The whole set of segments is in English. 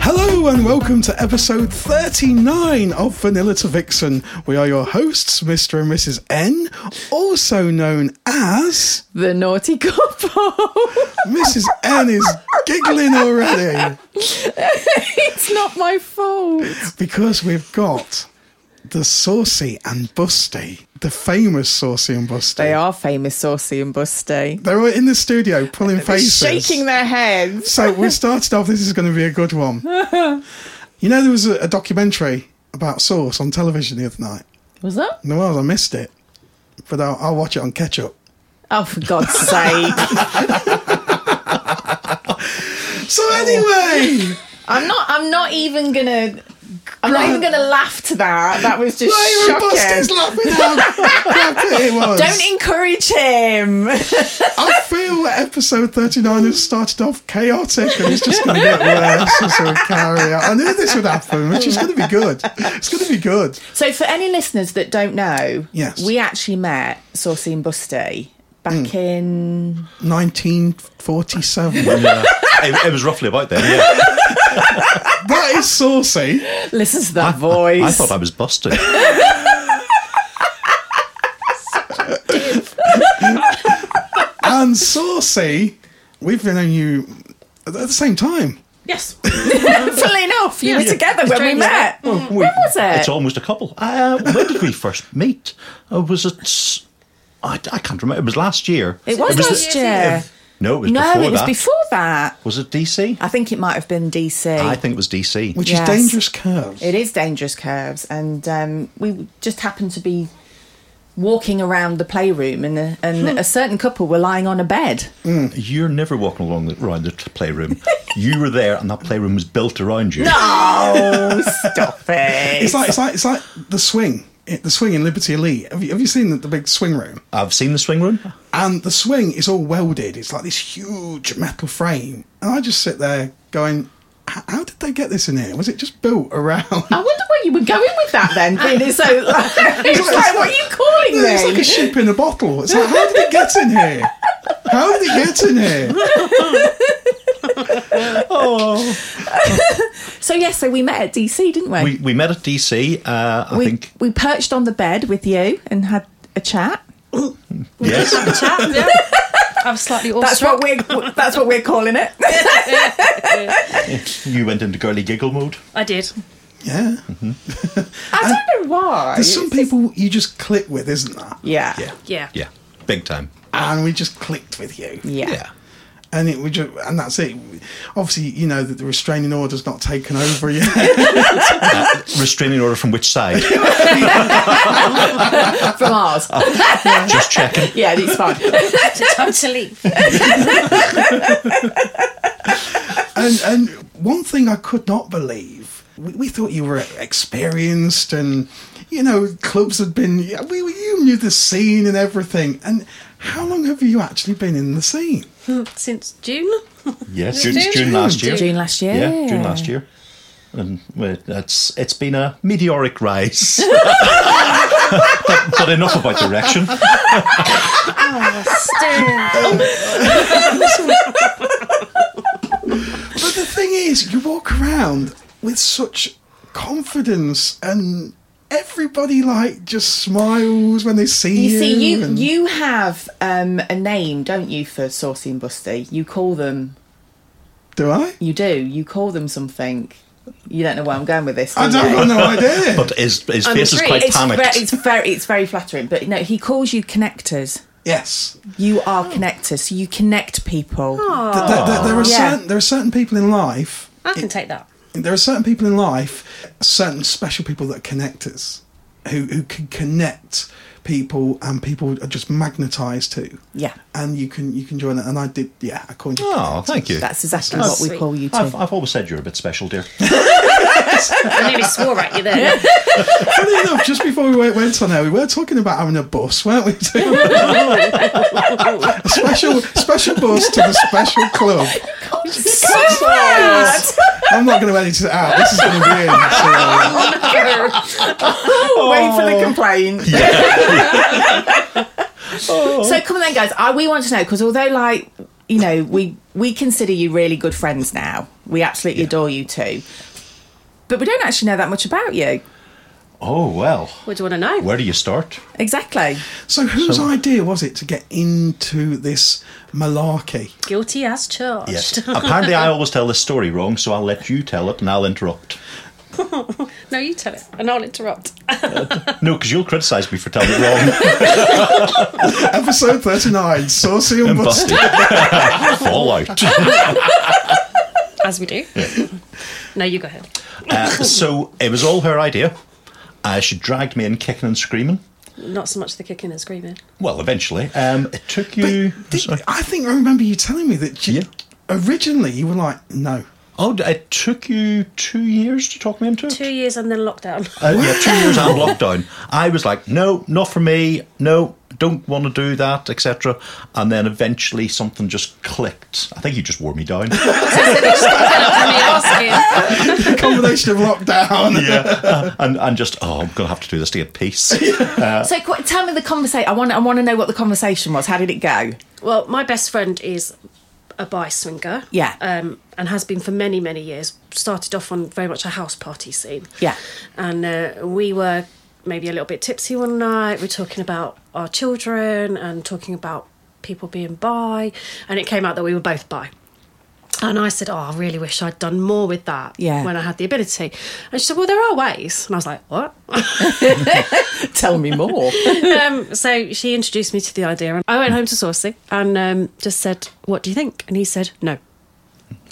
Hello and welcome to episode 39 of Vanilla to Vixen. We are your hosts, Mr. and Mrs. N, also known as The naughty couple. Mrs. N is giggling already it's not my fault. because we've got the Saucy and Busty, the famous Saucy and Busty. They are famous, saucy and busty. They're all in the studio pulling They're faces. shaking their heads. So we started off. This is going to be a good one. You know, there was a, a documentary about sauce on television the other night. Was that? No, well, I missed it, but I'll, I'll watch it on catch up. Oh, for God's sake! So Oh. anyway, I'm not. I'm not even gonna. I'm not even gonna laugh to that. That was just Lyra Buster's shocking. laughing how crap it was. Don't encourage him. I feel that episode 39 has started off chaotic and it's just going to get worse as we carry on. I knew this would happen, which is going to be good. It's going to be good. so, for any listeners that don't know, Yes. we actually met Saucy and Busty back in 1947. Yeah. it, it was roughly about then. Yeah. that is saucy. listen to that voice. I thought I was busted. And saucy, we've been on you at the same time. Yes. Funnily enough, you were together when we Strange, met. we- when was it? It's almost a couple. Uh, when did we first meet? Uh, was it? I, I can't remember. It was last year. It was the- last year. No, it was no, before it was that. before that. Was it DC? I think it might have been DC. I think it was DC. Which Yes. is dangerous curves. It is dangerous curves, and um, we just happened to be walking around the playroom, and a, and a certain couple were lying on a bed. You're never walking along the, around the t- playroom. you were there, and that playroom was built around you. Oh, stop it! It's like it's like it's like the swing, It- the swing in Liberty Elite. Have you, have you seen the, the big swing room? I've seen the swing room. And the swing is all welded. It's like this huge metal frame, and I just sit there going, "H- "How did they get this in here? Was it just built around?" I wonder where you were going with that then. Being it's so, like, it's like- like, it's what are like- you calling It's like me? a ship in a bottle. It's like, how did it get in here? How did it get in here? so yes, so we met at DC, didn't we? We, we met at DC. Uh, I we, think we perched on the bed with you and had a chat. yes. yeah. I'm slightly awestruck. That's what we're that's what we're calling it. you went into girly giggle mode. I did. Yeah, Mm-hmm. I don't know why. there's some people you just click with, isn't there? yeah. Yeah. Yeah. Yeah. Big time. And we just clicked with you. Yeah. Yeah. And it we just, and that's it. Obviously, you know that the restraining order's not taken over yet. Uh, Restraining order from which side? From ours. Just checking. yeah, it's fine. Totally. and and one thing I could not believe, we, we thought you were experienced and you know clubs had been yeah, we we- you knew the scene and everything. And how long have you actually been in the scene? Since June. Yes, June- June, June, June. last year. June last year. Yeah, June last year. And well, that's it's been a meteoric rise. but, but enough about direction. But the thing is, you walk around with such confidence and. Everybody like just smiles when they see you. You see, you and- you have um, a name, don't you, for saucy and busty? You call them. do I? You do. You call them something. You don't know where I'm going with this. do I don't you? got no idea. But his, his I'm face is intrigued. quite It's panicked. It's very, it's very flattering. But no, he calls you connectors. yes, You are connectors. So you connect people. Th- th- th- there are Oh. Yeah. certain there are certain people in life. I can take that. There are certain people in life, certain special people that connect us, who who can connect people, and people are just magnetised to. Yeah. and you can you can join that. And I did, yeah. I called you. oh, thank you. That's exactly That's what we sweet. call you I've, two. I've always said you're a bit special, dear. I nearly swore at you then. Funny enough, just before we went- went on there, we were talking about having a bus, weren't we? a special special bus to the special club. I'm not going to edit it out. This is going to be in. So, Oh, Wait for the complaint. so come on then, guys. I, we want to know because although, like, you know, we we consider you really good friends now. We absolutely adore you two, but we don't actually know that much about you. Oh, well. What do you want to know? Where do you start? Exactly. so whose idea was it to get into this malarkey? Guilty as charged. Yes. Apparently, I always tell this story wrong, so I'll let you tell it and I'll interrupt. No, you tell it, and I'll interrupt. No, because you'll criticise me for telling it wrong. Episode 39, Saucy and and Busty. busted. Fallout. As we do. No, you go ahead. Uh, so it was all her idea. Uh, she dragged me in kicking and screaming. Not so much the kicking and screaming. Well, eventually. Um, it took you. Did- sorry. I think I remember you telling me that you, Yeah. originally you were like, no. oh, it took you two years to talk me into it? Two years and then lockdown. Uh, yeah, two years and lockdown. I was like, no, not for me. No, don't want to do that, etc. And then eventually something just clicked. I think you just wore me down. The combination of lockdown. yeah, and and just oh, I'm gonna have to do this to get peace. so qu- tell me the conversation. I want I want to know what the conversation was. How did it go? Well, my best friend is a bi swinger. Yeah. Um, and has been for many, many years. Started off on very much a house party scene. Yeah. And uh, we were maybe a little bit tipsy one night. We're talking about our children and talking about people being bi. And it came out that we were both bi. And I said, Oh, I really wish I'd done more with that Yeah. when I had the ability. And she said, Well, there are ways. And I was like, What? Tell me more. um, so she introduced me to the idea, and I went home to Saucy and um, just said, "What do you think?" And he said, "No,"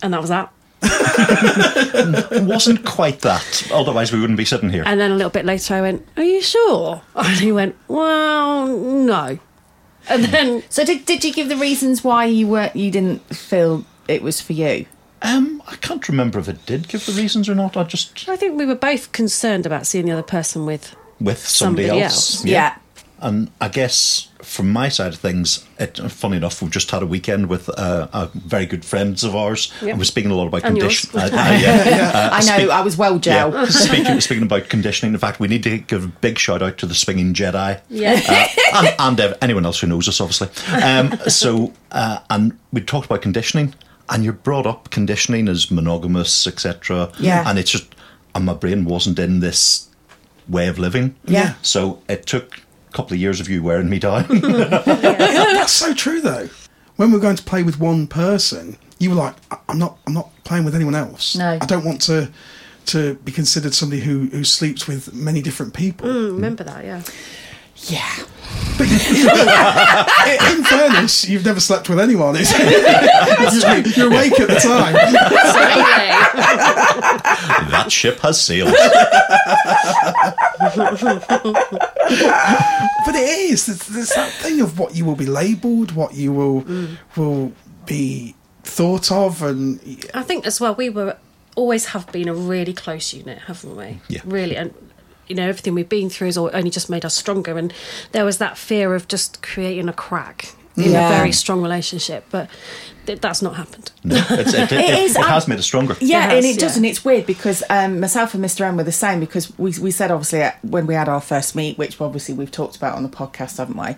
and that was that. It wasn't quite that. Otherwise, we wouldn't be sitting here. And then a little bit later, I went, "Are you sure?" And he went, "Well, no." And then so did, did you give the reasons why you weren't you didn't feel it was for you? Um, I can't remember if it did give the reasons or not. I just I think we were both concerned about seeing the other person with. with somebody, Somebody else. else. Yeah. And I guess from my side of things, it, funny enough, we've just had a weekend with uh, a very good friends of ours, and we're speaking a lot about And yours. condition. Uh, uh, yeah. Uh, I know. speak- I was well yeah. gel. speaking, speaking about conditioning, in fact, we need to give a big shout out to the Swinging Jedi. Yeah. Uh, and and ev- anyone else who knows us, obviously. Um, so, uh, and we talked about conditioning, and you're brought up conditioning as monogamous, etc. Yeah. And it's just, and my brain wasn't in this way of living. Yeah. So it took a couple of years of you wearing me down. That's so true, though. When we were going to play with one person, you were like, "I- "I'm not, I'm not playing with anyone else. No. I don't want to, to be considered somebody who who sleeps with many different people." Remember that, yeah. Yeah. In in fairness, you've never slept with anyone. It's, you're, you're awake at the time. that ship has sailed. But it is. There's, there's that thing of what you will be labelled, what you will will be thought of, and I think as well, we were always have been a really close unit, haven't we? Yeah. Really, and you know everything we've been through has al- only just made us stronger. And there was that fear of just creating a crack in Yeah. a very strong relationship, but th- that's not happened. No, it's, it, it, It it- is, it um, has made us stronger. Yeah, It and has, it does, yeah. and it's weird because um, myself and Mr. M were the same because we, we said obviously uh, when we had our first meet, which obviously we've talked about on the podcast, haven't we?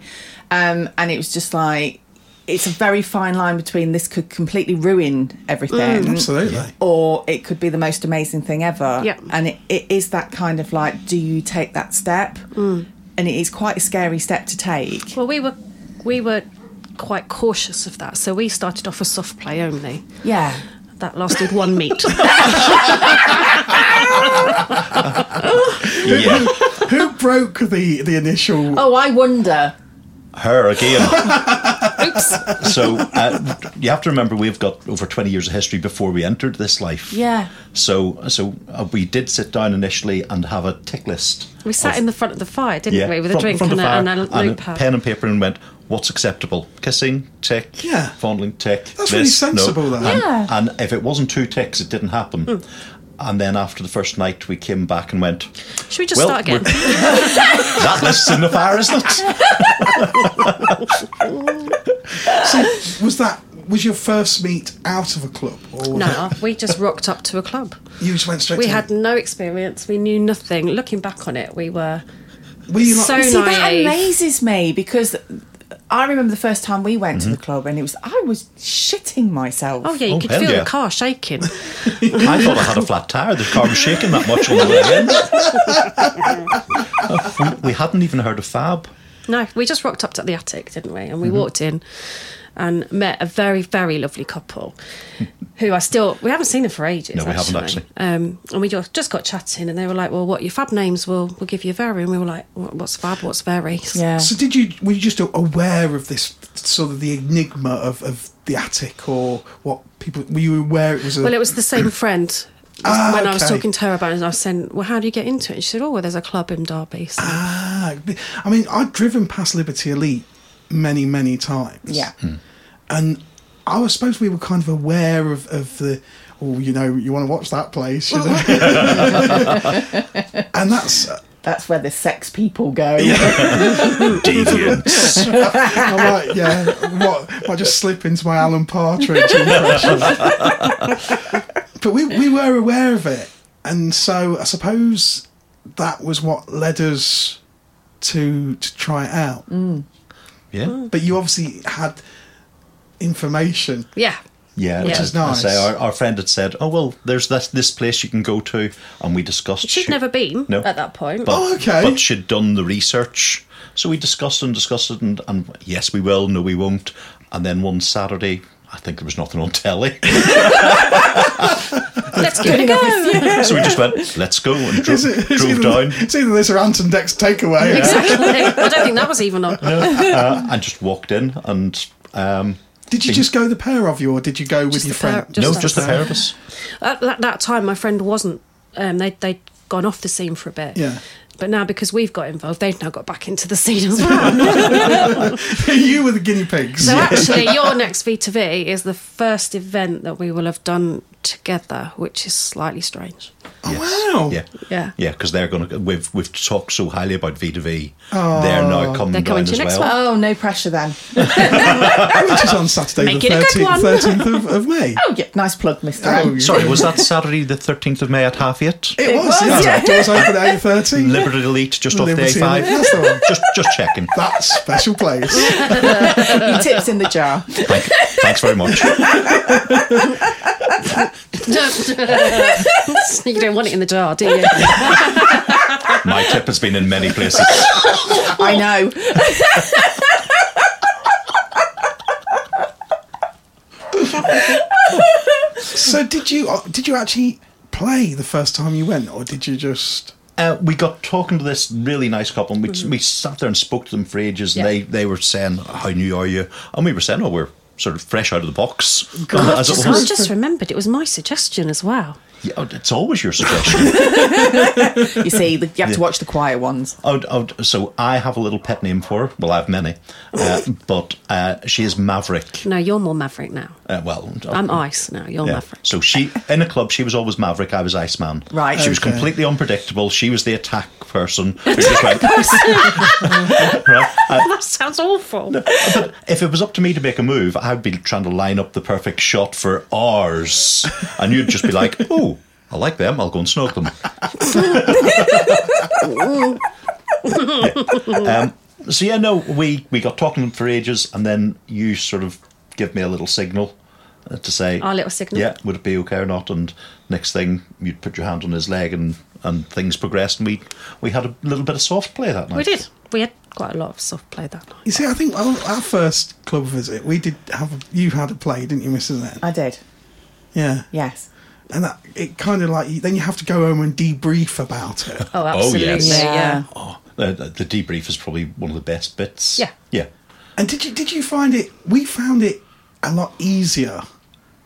Um, and it was just like it's a very fine line between this could completely ruin Mm, everything, absolutely. or it could be the most amazing thing ever. Yeah. and it, it is that kind of like, do you take that step? Mm. And it is quite a scary step to take. Well, we were we were quite cautious of that, so we started off a soft play only. Yeah. That lasted one meet. Yeah. Who broke the the initial? Oh, I wonder. Her again. Oops. so uh, you have to remember we've got over 20 years of history before we entered this life Yeah. so so uh, we did sit down initially and have a tick list We sat in the front of the fire, didn't we, with a from- drink from and, the a, fire and a and notepad. pen and paper and went what's acceptable kissing tick Yeah. fondling tick That's this, really no. sensible, though. And, Yeah. and if it wasn't two ticks it didn't happen Hmm. and then after the first night we came back and went Should we just well, start again? we're- that list's in the fire isn't it Oh. So was that was your first meet out of a club, or No, we just rocked up to a club. you just went straight? We to had no experience. We knew nothing. Looking back on it, we were Were you like, so See, that naive. amazes me because I remember the first time we went to the club and it was I was shitting myself. Oh yeah, you Oh, could hell feel yeah. the car shaking. I thought I had a flat tire. The car was shaking that much on the way in. Oh, we, we hadn't even heard of Fab. No, we just rocked up to the attic, didn't we? And we Mm-hmm. walked in and met a very, very lovely couple who I still we haven't seen them for ages. No, we haven't, actually. Um, and we just, just got chatting, and they were like, "Well, what your fab names? will we'll give you a Vary." And we were like, "What- "What's fab? What's Vary?" Yeah. So did you were you just aware of this sort of the enigma of, of the attic or what people were you aware it was a Well, it was the same friend. Ah, when I was okay. talking to her about it, and I was saying, "Well, how do you get into it?" And she said, "Oh, well, there's a club in Derby." So Ah, I mean, I've driven past Liberty Elite many, many times. Yeah. And I was supposed we were kind of aware of, of the, oh, you know, you want to watch that place. You know? and that's, uh, That's where the sex people go. Deviants. I might, yeah, what, might just slip into my Alan Partridge impression. but we, we were aware of it. And so I suppose that was what led us to, to try it out. Yeah. But you obviously had information. yeah, Yeah, Which is I nice. say, our, our friend had said, "Oh well, there's this this place you can go to," and we discussed. she'd she- never been No. at that point. But, Oh, okay. But she'd done the research, so we discussed and discussed it, and, and yes, we will. No, we won't. And then one Saturday, I think there was nothing on telly, Let's give it a go. so we just went, "Let's go," and dro- Is it- is drove either, down. It's either this or Anton Deck's takeaway. Exactly. I don't think that was even on. uh, and just walked in and um, Did you just go the pair of you, or did you go with Just your the pair- friend? just no, just the pair of us. At that, that time, my friend wasn't. Um, they they'd gone off the scene for a bit. Yeah. But now, because we've got involved, they've now got back into the scene as well. you were the guinea pigs. so actually, your next V2V is the first event that we will have done together, which is slightly strange. Wow. Yeah. Yeah. Yeah, because they're going to. We've we've talked so highly about V to V. They're Oh. now coming They're down coming to as your next well. Oh, no pressure then. Which is on Saturday Make the it a good 13th, one. 13th of, of May. Oh, yeah. Nice plug, Mr. Oh, M. yeah. Sorry, was that Saturday the thirteenth of May at half eight? It was, was, yeah. yeah. Doors open at 8.30. Liberty Elite just off Liberty the A Elite, that's the one. five. Just just checking. that special place. Your tips in the jar. Thank, thanks very much. you don't want it in the jar, do you? My tip has been in many places. I know. So did you uh, did you actually play the first time you went, or did you just... Uh, we got talking to this really nice couple, and we, we sat there and spoke to them for ages. And Mm-hmm. Yeah. they, they were saying, "How new are you?" And we were saying, "Oh, we're sort of fresh out of the box." I've as it just, was. I've just remembered it was my suggestion as well. Yeah, oh, it's always your suggestion. You see, the, you have to watch the quiet ones. Oh, oh, so I have a little pet name for her. Well, I have many, uh, but uh, she is Maverick. No, you're more maverick now. Uh, well, I'm Ice now. You're yeah. maverick. So she in a club, she was always Maverick. I was Iceman. Right. She was Okay. completely unpredictable. She was the attack person. who just went, Right? Uh, That sounds awful. but if it was up to me to make a move, I'd be trying to line up the perfect shot for ours, and you'd just be like, "Oh, I like them. I'll go and snog them." So yeah, no, we we got talking for ages, and then you sort of give me a little signal uh, to say Our little signal. Yeah, would it be okay or not? And next thing, you'd put your hand on his leg, and and things progressed, and we we had a little bit of soft play that night. We did. We had quite a lot of soft play that night. You see, I think our our first club visit, we did have... A, you had a play, didn't you, Mrs. N? I did. Yeah. Yes. and that it kind of like you- then you have to go home and debrief about it. Oh, yes. absolutely. Yeah. yeah. Oh, the, the debrief is probably one of the best bits. Yeah. Yeah. And did you did you find it? We found it a lot easier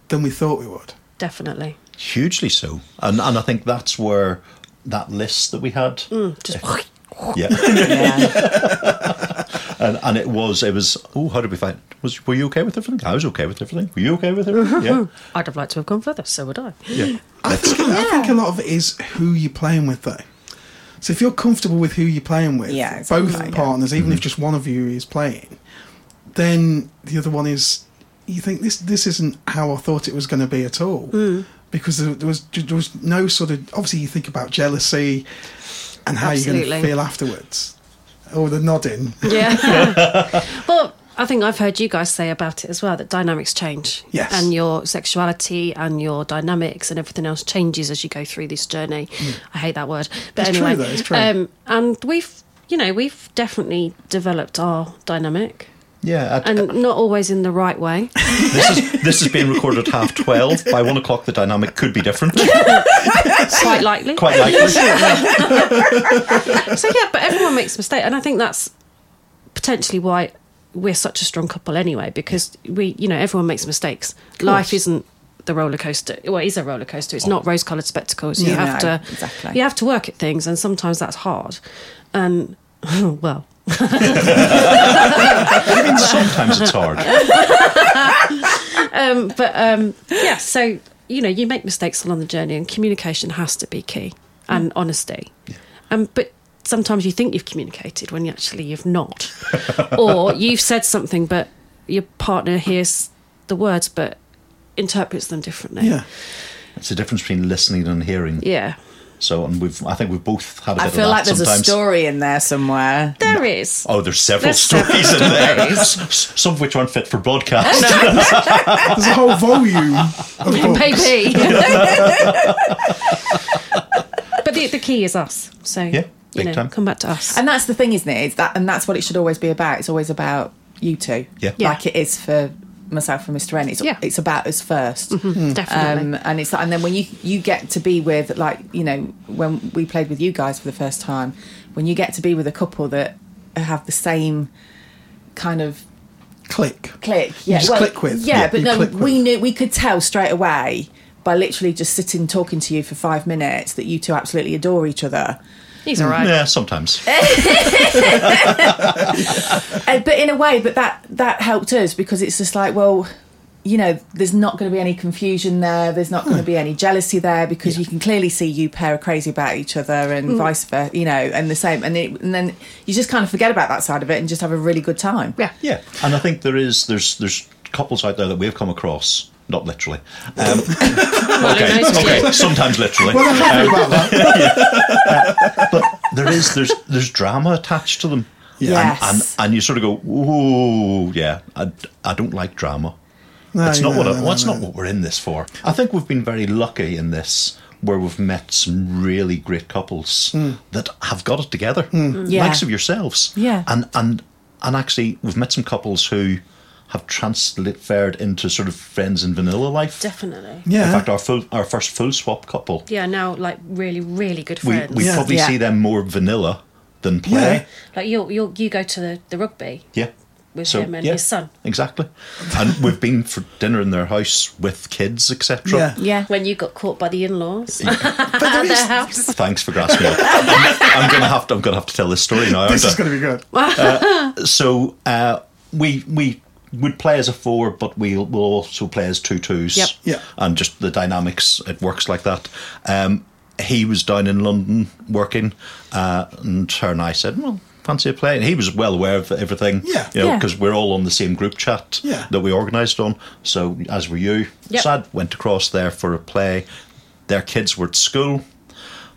than we thought we would. Definitely. Hugely so. And, and I think that's where that list that we had. Mm, Just Yeah. Mm. yeah. and and it was it was oh how did we find was were you okay with everything I was okay with everything were you okay with everything yeah I'd have liked to have gone further, so would I. yeah I think I think a lot of it is who you're playing with, though. So if you're comfortable with who you're playing with, Yeah, it's both fine, yeah. partners, even Mm-hmm. if just one of you is playing, then the other one is. You think this this isn't how I thought it was going to be at all, Mm. because there, there was there was no sort of obviously you think about jealousy and how you're going Absolutely. to feel afterwards. Oh, the nodding. Yeah. well, I think I've heard you guys say about it as well that dynamics change. Yes. And your sexuality and your dynamics and everything else changes as you go through this journey. I hate that word. But Mm. It's true, anyway. though, it's true. Um, and we've, you know, we've definitely developed our dynamic yeah Uh, I- and not always in the right way. this is this is being recorded at half twelve by one o'clock the dynamic could be different quite likely. quite likely so yeah, but everyone makes mistakes, and I think that's potentially why we're such a strong couple anyway, because we, you know, everyone makes mistakes. Life isn't the roller coaster. Well, it is a roller coaster. It's not rose-colored spectacles. You Yeah, no, have to, exactly. you have to work at things, and sometimes that's hard. And well, and sometimes it's hard um, but um, yeah, so you know, you make mistakes along the journey, and communication has to be key, and honesty. Um, but sometimes you think you've communicated when you actually you've not, or you've said something, but your partner hears the words but interprets them differently. Yeah, it's the difference between listening and hearing yeah. so and we've I think we've both had a bit I of feel that like there's sometimes a story in there somewhere. There is. oh there's several There's several stories in there stories. S- some of which aren't fit for broadcast there's a whole volume. Of books. Maybe. but the, the key is us. So Yeah, you big know, time. come back to us. And that's the thing, isn't it? It's that, and that's what it should always be about. It's always about you two, Yeah. Yeah. like it is for myself and Mr. N. It's Yeah. it's about us 1st Definitely. Um, and it's like, and then when you you get to be with like you know when we played with you guys for the first time, when you get to be with a couple that have the same kind of Click. click. You just click with. Yeah, Yeah, but you no, click with. we knew we could tell straight away by literally just sitting talking to you for five minutes that you two absolutely adore each other. He's all right. yeah sometimes Uh, but in a way, but that that helped us because it's just like, well, you know, there's not going to be any confusion there. There's not Hmm. going to be any jealousy there because you can clearly see you pair are crazy about each other and Hmm. vice versa. You know, and the same, and it, and then you just kind of forget about that side of it and just have a really good time. Yeah. Yeah, and I think there is there's there's couples out there that we've come across, not literally. Um, okay, nice to okay, sometimes literally. Uh, Well, I'm happy about that. but there is there's there's drama attached to them. Yes. And, and and you sort of go, ooh, yeah, I, I don't like drama. No, That's not no, what I, no, well, it's no, not no. what we're in this for. I think we've been very lucky in this where we've met some really great couples Hmm. that have got it together, Hmm. Yeah. likes of yourselves. Yeah. and and and actually, we've met some couples who have transferred into sort of friends in vanilla life. Definitely. Yeah. In fact, our full, our first full swap couple, Yeah, now like really, really good we friends. we Yeah. probably Yeah. see them more vanilla than Yeah. play. Like you, you, you go to the, the rugby Yeah. with him and his son. Exactly. And we've been for dinner in their house with kids, etc. Yeah. Yeah. when you got caught by the in-laws But there at is- their house. Thanks for grass milk. I'm, I'm gonna have to. I'm gonna have to tell this story now. This is aren't I? going to be good. So uh, we we would play as a four, but we'll, we'll also play as two twos. Yep. Yeah. And just the dynamics, it works like that. Um, he was down in London working, uh, and her and I said, "Well, fancy a play?" And he was well aware of everything. Yeah. You know, Yeah. because we're all on the same group chat Yeah. that we organised on. So as were you. Yep. So I went across there for a play. Their kids were at school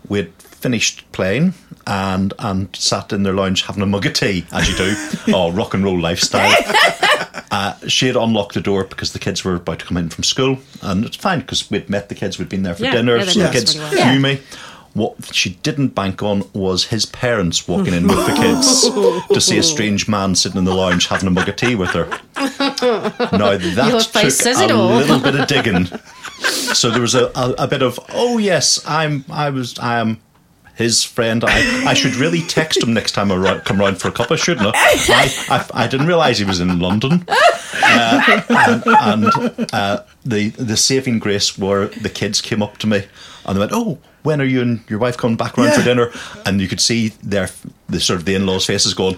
we had finished playing and and sat in their lounge having a mug of tea as you do oh rock and roll lifestyle uh, she had unlocked the door because the kids were about to come in from school and it's fine because we'd met the kids we'd been there for Yeah, dinner yeah, they so the know us kids really knew well. Yeah. me what she didn't bank on was his parents walking in with the kids to see a strange man sitting in the lounge having a mug of tea with her now that Your face took says a it all. little bit of digging so there was a, a, a bit of oh yes, I'm I was I am his friend. I, I should really text him next time I ri- come round for a cuppa, shouldn't I? I, I, I didn't realise he was in London. Uh, and and uh, the the saving grace were the kids came up to me and they went, "Oh, when are you and your wife coming back round for Yeah. dinner?" And you could see their the sort of the in laws' faces going.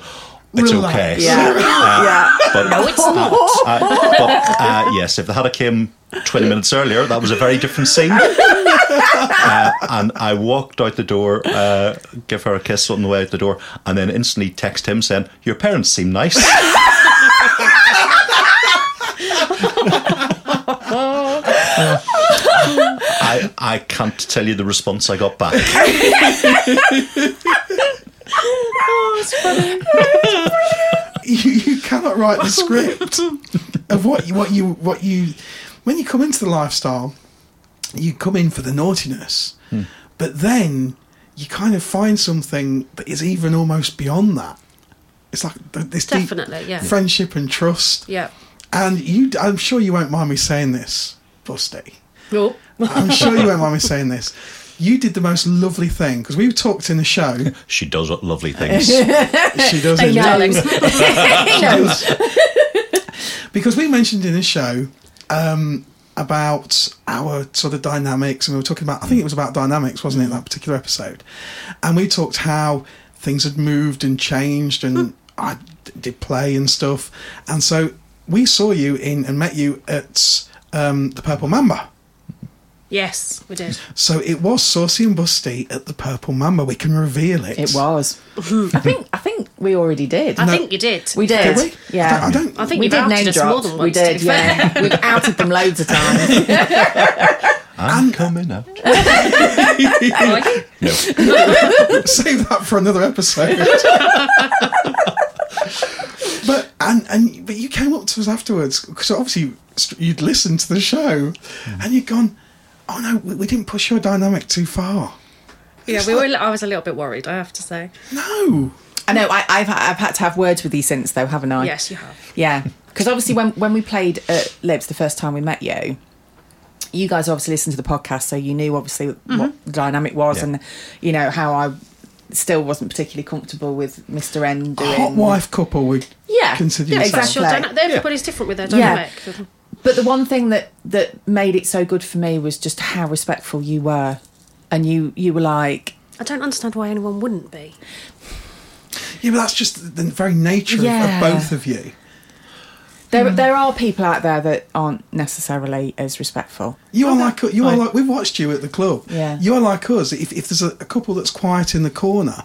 It's Relax. okay. Yeah. yeah. But, no, it's not. but uh, yes, if they had a came 20 minutes earlier, that was a very different scene. Uh, and I walked out the door, uh, give her a kiss on the way out the door, and then instantly text him saying, Your parents seem nice. I, I can't tell you the response I got back. you, you cannot write the script of what you what you what you when you come into the lifestyle you come in for the naughtiness but then you kind of find something that is even almost beyond that it's like th- this deep Definitely, yeah. friendship and trust Yeah. and you i'm sure you won't mind me saying this busty Oh. i'm sure you won't mind me saying this you did the most lovely thing because we talked in the show She does lovely things. she does it Alex. because we mentioned in the show um, about our sort of dynamics, and we were talking about, I think it was about dynamics, wasn't it, that particular episode? And we talked how things had moved and changed, and I d- did play and stuff. And so we saw you in and met you at um, the Purple Mamba. Yes, we did. So it was Saucy and Busty at the Purple Mamba. We can reveal it. It was. I think. I think we already did. I think you did. we did. Did we? Yeah. I don't. I think we you've did outed name us drop. more than we once. to did. be fair. Yeah. We've outed them loads of times. I'm coming up. No. save that for another episode. but and and but you came up to us afterwards because obviously st- you'd listened to the show, and you'd gone, "Oh no, we, we didn't push your dynamic too far." Yeah, we were. I was a little bit worried. I have to say. No, I know. I, I've I've had to have words with you since, though, haven't I? Yes, you have. Yeah, because obviously when when we played at Libs the first time we met you, you guys obviously listened to the podcast, so you knew obviously Mm-hmm. what the dynamic was, Yeah. and you know how I still wasn't particularly comfortable with Mister N doing hot wife couple would Yeah, consider yeah, yourself. That's your Exactly. dyna- everybody's different with their dynamic. But the one thing that that made it so good for me was just how respectful you were, and you you were like. I don't understand why anyone wouldn't be. Yeah, but that's just the the very nature of- Yeah. of, both of you. There, Mm. there are people out there that aren't necessarily as respectful. You are like you are I- like we've watched you at the club. Yeah. you are like us. If if there's a, a couple that's quiet in the corner,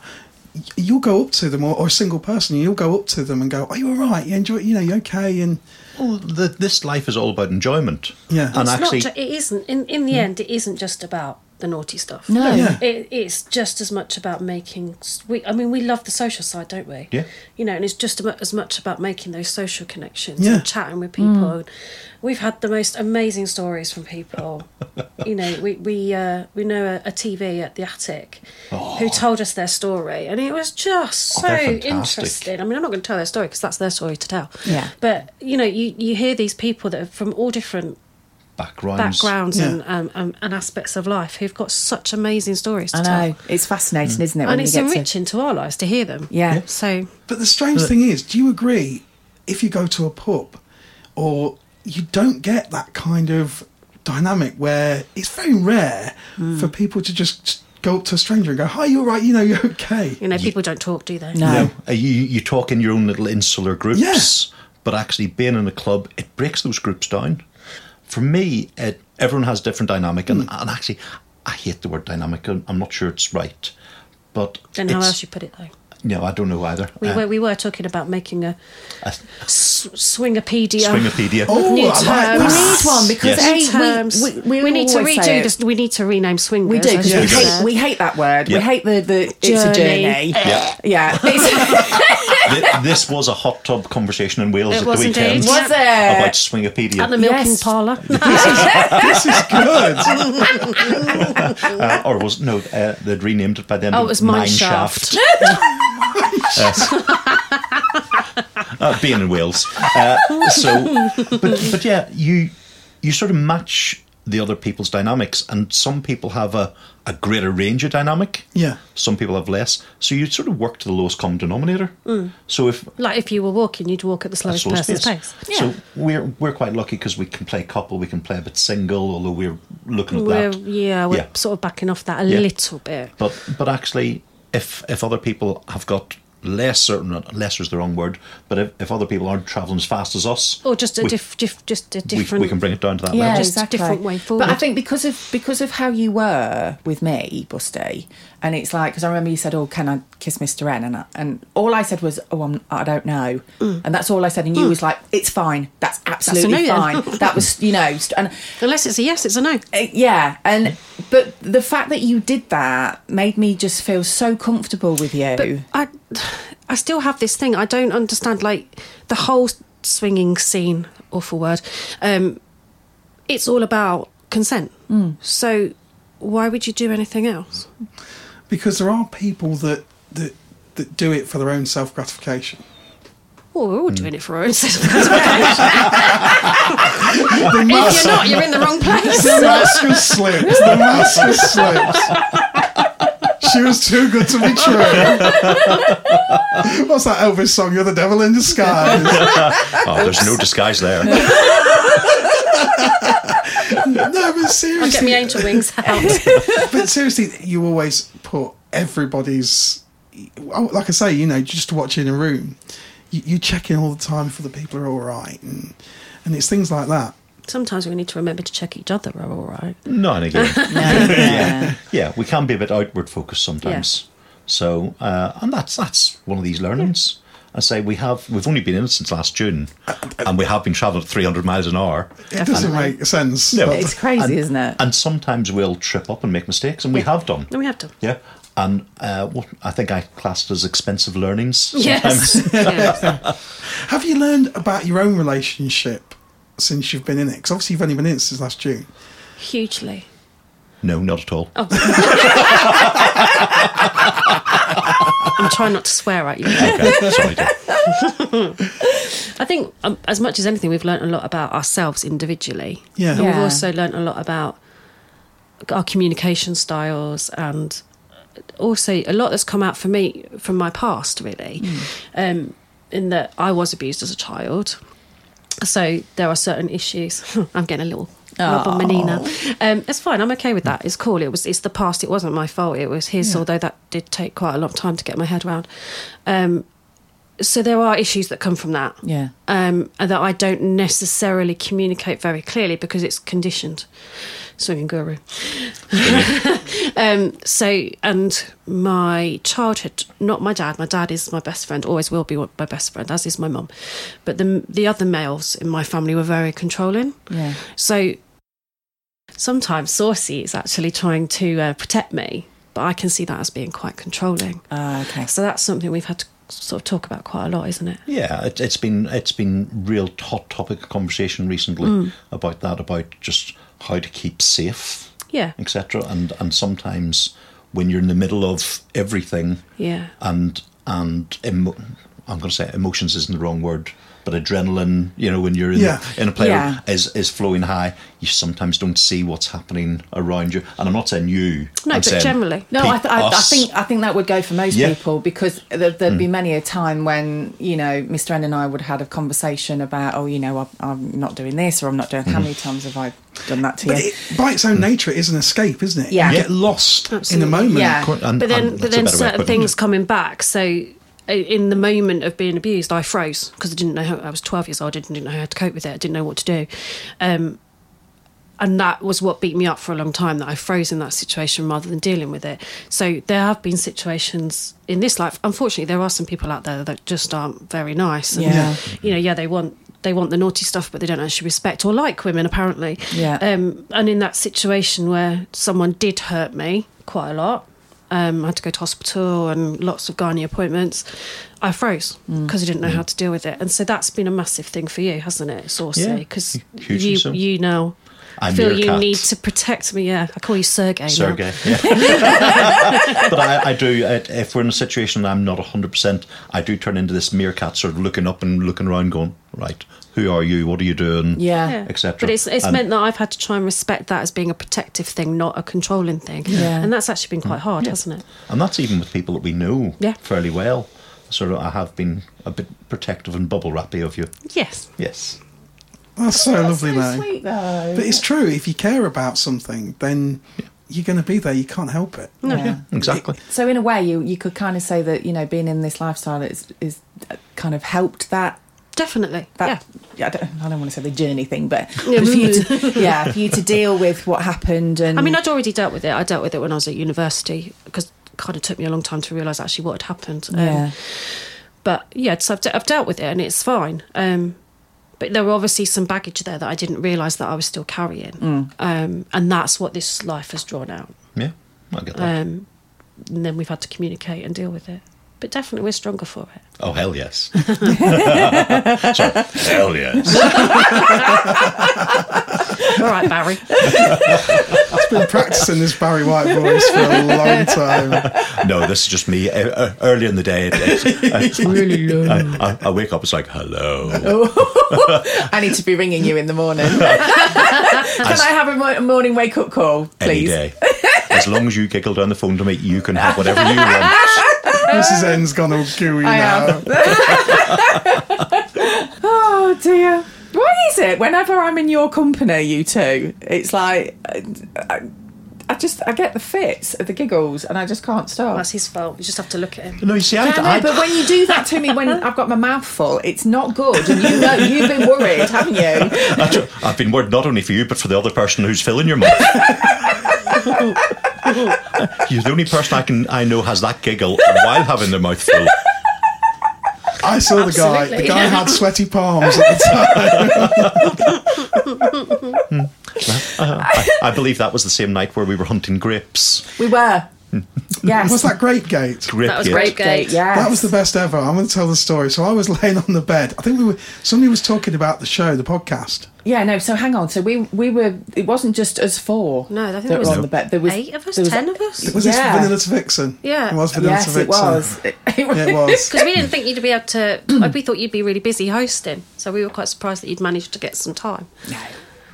y- you'll go up to them, or, or a single person, you'll go up to them and go, "Are you all right? You enjoy? You know, you okay?" And Well, the, this life is all about enjoyment. Yeah. and It's It's actually, Hmm. not. ju- It isn't. In in the end, it isn't just about the naughty stuff. No. Yeah. It, it's just as much about making. s- We, I mean, we love the social side, don't we? Yeah. You know, and it's just about, as much about making those social connections Yeah. and chatting with people. Hmm. We've had the most amazing stories from people. you know, we we uh, we know a, a TV at the attic who told us their story, and it was just Oh, so they're fantastic. interesting. I mean, I'm not going to tell their story because that's their story to tell. Yeah. But you know, you you hear these people that are from all different backgrounds. backgrounds Yeah. and, um, um, and aspects of life who've got such amazing stories to I tell. know it's fascinating, isn't it? And it's you get to- enriching to our lives to hear them. Yeah. Yeah. So But the strange thing is, do you agree if you go to a pub or you don't get that kind of dynamic where it's very rare for people to just go up to a stranger and go, Hi, you're right, you know, you're okay. you know, people don't talk, do they? No. No, uh, you you talk in your own little insular groups. Yeah. But actually, being in a club, it breaks those groups down. For me, it, everyone has different dynamic, and, and actually, I hate the word dynamic. and I'm not sure it's right, but Don't know how it's- else you put it though. No, I don't know either. We Uh, were we were talking about making a a s- swingopedia. swingopedia. Oh, New I like that. terms. We need one Yes. because New hey, we- terms. we, we, need to always say redo it. this. We need to rename swingers. We do because as we, you hate, said. we hate that word. Yeah. We hate the the it's a Journey. journey. Yeah. Yeah, It's- Thi- this was a hot tub conversation in Wales It at was the indeed, weekend yeah. about was it? swingopedia. and the milking Yes. parlour. This is good. Uh, or was no? Uh, they'd renamed it by then. Oh, it was Mine Shaft. Yes. Uh, being in Wales, uh, so but, but yeah, you you sort of match the other people's dynamics. And some people have a, a greater range of dynamic. Yeah. Some people have less. So you sort of work to the lowest common denominator. Mm. So if Like if you were walking, you'd walk at the slowest slow person's space. pace. So we're we're quite lucky because we can play couple, we can play a bit single, although we're looking at We're, that. yeah, we're Yeah. sort of backing off that a Yeah. little bit. But but actually, if if other people have got less certain, less is the wrong word, but if, if other people aren't travelling as fast as us, Or Oh, just a, we- diff, diff, just a we, different. we can bring it down to that yeah, level. just a exactly. different way But I forward. think because of because of how you were with me, Busty, and it's like because I remember you said, "Oh, can I kiss Mister N?" and I, and all I said was, "Oh, I'm, I don't know," and that's all I said. And you was like, "It's fine. Mm. That's absolutely no then." fine." that was you know, st- and Unless it's a yes, it's a no. uh, yeah, and but the fact that you did that made me just feel so comfortable with you. But I, I still have this thing. I don't understand like the whole swinging scene. Awful word. Um, it's all about consent. So why would you do anything else? because there are people that that that do it for their own self gratification. Well, we're Hmm. all doing it for our own satisfaction. if you're not, you're in the wrong place. The master slips. The master slips. She was too good to be true. What's that Elvis song? You're the devil in disguise. Oh, there's no disguise there. No, but I'll get my seriously, angel wings out. but seriously, you always put everybody's. oh, Like I say, you know, just to watch in a room, you, you check in all the time for the people are all right, and and it's things like that. Sometimes we need to remember to check each other are all right. no, and again, yeah. yeah, we can be a bit outward focused sometimes. So, uh, and that's that's one of these learnings. I say we have we've only been in it since last June, and we have been travelling at 300 miles an hour. It doesn't make sense. No. but- It's crazy, and, isn't it? And sometimes we'll trip up and make mistakes, and we have done. And we have to. Yeah. And uh, what I think I classed as expensive learnings. sometimes. Yes. yes. Have you learned about your own relationship since you've been in it? Because obviously you've only been in it since last June. Hugely. No, not at all. I'm trying not to swear at you. Okay. Sorry, dear. I think, um, as much as anything, we've learnt a lot about ourselves individually. Yeah. And Yeah. we've also learnt a lot about our communication styles and also a lot that's come out for me from my past, really, um, in that I was abused as a child. So there are certain issues. I'm getting a little. Rub on my knee now. Um, it's fine. I'm okay with that. It's cool. It was. It's the past. It wasn't my fault. It was his. Although that did take quite a long time to get my head around. Um, so there are issues that come from that. Yeah. Um, and that I don't necessarily communicate very clearly because it's conditioned. Swinging guru. um, so, and my childhood, not my dad. My dad is my best friend, always will be my best friend, as is my mum. But the the other males in my family were very controlling. Yeah. So sometimes Saucy is actually trying to uh, protect me, but I can see that as being quite controlling. Ah, okay. So that's something we've had to sort of talk about quite a lot, isn't it? Yeah, it, it's been it's been real hot topic of conversation recently about that, about just how to keep safe, Yeah. etc. And and sometimes when you're in the middle of everything, Yeah. and and emo- I'm going to say emotions isn't the wrong word, but adrenaline, you know, when you're in Yeah. in a play Yeah. is is flowing high. You sometimes don't see what's happening around you, and I'm not saying you. No, I'm but saying generally. No, pe- I, th- I, I us. think I think that would go for most Yeah. people because there, there'd Mm. be many a time when you know Mr. N and I would have had a conversation about, oh, you know, I'm, I'm not doing this or I'm not doing. How many times have I done that to Mm. But you? it, by its own nature, it is an escape, isn't it? Yeah. You get lost in the Absolutely. moment. Yeah. Quite- and- but then, and but that's a better way then of putting certain it. things coming back. So, i- in the moment of being abused, I froze because I didn't know how. I was twelve years old. I didn't, didn't know how to cope with it. I didn't know what to do, um, and that was what beat me up for a long time. That I froze in that situation rather than dealing with it. So there have been situations in this life. Unfortunately, there are some people out there that just aren't very nice. And, Yeah. you know, yeah, they want they want the naughty stuff, but they don't actually respect or like women apparently. Yeah. Um, and in that situation where someone did hurt me quite a lot, um, I had to go to hospital and lots of gynae appointments. I froze Mm. because I didn't Mm. know how to deal with it, and so that's been a massive thing for you, hasn't it, Saucy? Yeah, Because hugely you so. you now I'm feel your you cat. need to protect me. Yeah, I call you Sergey. Sergey. Yeah. but I, I do. I, if we're in a situation I'm not hundred percent, I do turn into this meerkat, sort of looking up and looking around, going, "Right, who are you? What are you doing? Yeah. Yeah. etc. But it's it's And- meant that I've had to try and respect that as being a protective thing, not a controlling thing. Yeah. And that's actually been quite Mm. hard, hasn't it? And that's even with people that we know Yeah. fairly well. So I have been a bit protective and bubble wrappy of you. Yes. Yes. That's so lovely, Oh, so though. sweet though. But it's true. If you care about something, then you're going to be there. You can't help it. Yeah. Exactly. So in a way, you you could kind of say that you know being in this lifestyle is is uh, kind of helped that. Definitely. That, yeah. yeah, mm. I don't, I don't want to say the journey thing, but but for you to, yeah, for you to deal with what happened and I mean, I'd already dealt with it. I dealt with it when I was at university because it kind of took me a long time to realise actually what had happened. Um, yeah, But yeah, so I've, de- I've dealt with it and it's fine. Um, but there were obviously some baggage there that I didn't realise that I was still carrying. Mm. Um, and that's what this life has drawn out. Yeah. I get that. Um, and then we've had to communicate and deal with it. But definitely we're stronger for it. oh hell yes. Sorry. Hell yes. All right, Barry. I've been practicing this Barry White voice for a long time. No, this is just me. Uh, uh, early in the day, it's, it's really low. I, I, I wake up. It's like Oh, hello. I need to be ringing you in the morning. Can I have a mo- morning wake up call, Any please? day. As long as you giggle down the phone to me, you can have whatever you want. Mrs. N's gone all gooey I now. am. Oh dear. Why is it whenever I'm in your company, you two, it's like I, I, I just I get the fits, the giggles, and I just can't stop. That's his fault. You just have to look at him. No, you see, I, I know, I, but when you do that to me when I've got my mouth full, it's not good. And you know, you've been worried, haven't you? I've been worried not only for you, but for the other person who's filling your mouth. You're the only person I can I know has that giggle while having their mouth full. I saw the guy. The Absolutely. guy had sweaty palms at the time. I, I believe that was the same night where we were hunting grapes. We were. Hmm. Yes. What's that great gate? Grape That was gate. great, Great, Gate. yes. That was the best ever. I'm going to tell the story. So I was laying on the bed. I think we were. Somebody was talking about the show, the podcast. Yeah, no, so hang on. So we we were it wasn't just us four. No, I think that it was were on the bed. There was Eight of us, there was- ten of us. Was Yeah. this Vanilla to Vixen? Yeah. It was Vanilla Yes, to it Vixen. was. It, Yeah, it was. Because we didn't think you'd be able to. we thought you'd be really busy hosting, so we were quite surprised that you'd managed to get some time.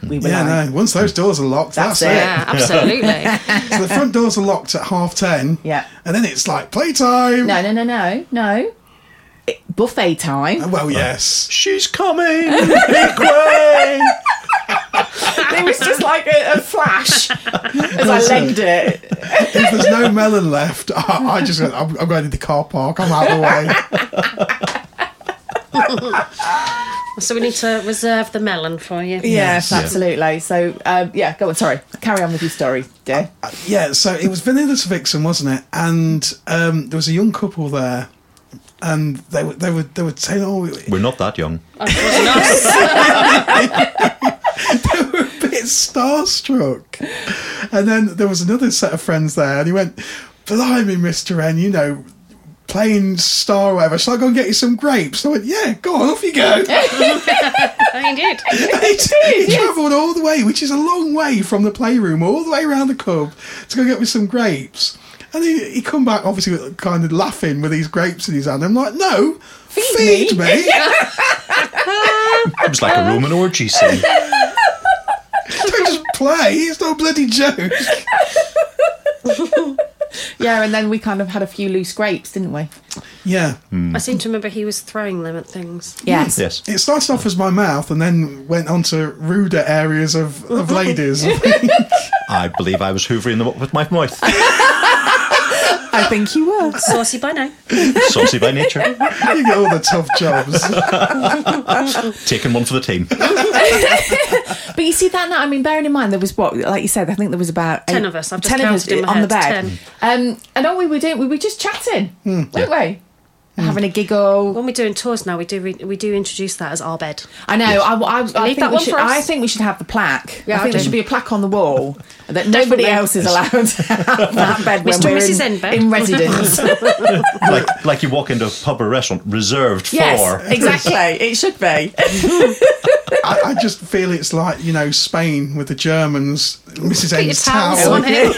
We were like, Yeah, no. Once those doors are locked, that's, That's it. Yeah, absolutely. So the front doors are locked at half ten. Yeah. And then it's like playtime. No, no, no, no, no. It, buffet time. Well, yes. She's coming. Make way. it was just like a, a flash as I legged it. if there's no melon left, I, I just went, I'm, I'm going into the car park. I'm out of the way. so we need to reserve the melon for you. Yes, Yeah. absolutely. So, um, yeah, go on. Sorry, carry on with your story, dear. Yeah. So it was Vanilla to Vixen, wasn't it? And um, there was a young couple there, and they were they were they were saying, oh, We're not that young. bit starstruck. And then there was another set of friends there, and he went, Blimey, Mr. N, you know, plain star or whatever, shall I go and get you some grapes? And I went, Yeah, go on, off you go. I did. he he travelled all the way, which is a long way from the playroom, all the way around the club, to go get me some grapes. And he, he come back, obviously, kind of laughing with these grapes in his hand. I'm like, No, feed, me. It was like a Roman orgy scene. Don't just play. It's not a bloody joke. Yeah, and then we kind of had a few loose grapes, didn't we? Yeah. I seem to remember he was throwing them at things. Yes. Yes. It started off as my mouth and then went on to ruder areas of, of ladies. I believe I was hoovering them up with my mouth. I think you were. Saucy by now. Saucy by nature. you get all the tough jobs. Taking one for the team. But you see that now. I mean, bearing in mind there was what, like you said, I think there was about Ten eight- of us. I've just ten of us counted in my on the head, bed, um, and all we were doing, we were just chatting, weren't we? Having a giggle. When we're doing tours now, we do re- we do introduce that as our bed. I know. I, I, I think that we one should. for us. I think we should have the plaque. Yeah, I think I there do. should be a plaque on the wall that nobody Definitely. else is allowed to have that bed when Mr. and we're Mrs. in, N bed. in residence. Like like you walk into a pub or restaurant reserved yes, for exactly. It should be. I, I just feel it's like you know Spain with the Germans. Mrs. Put your M's towels towel on it.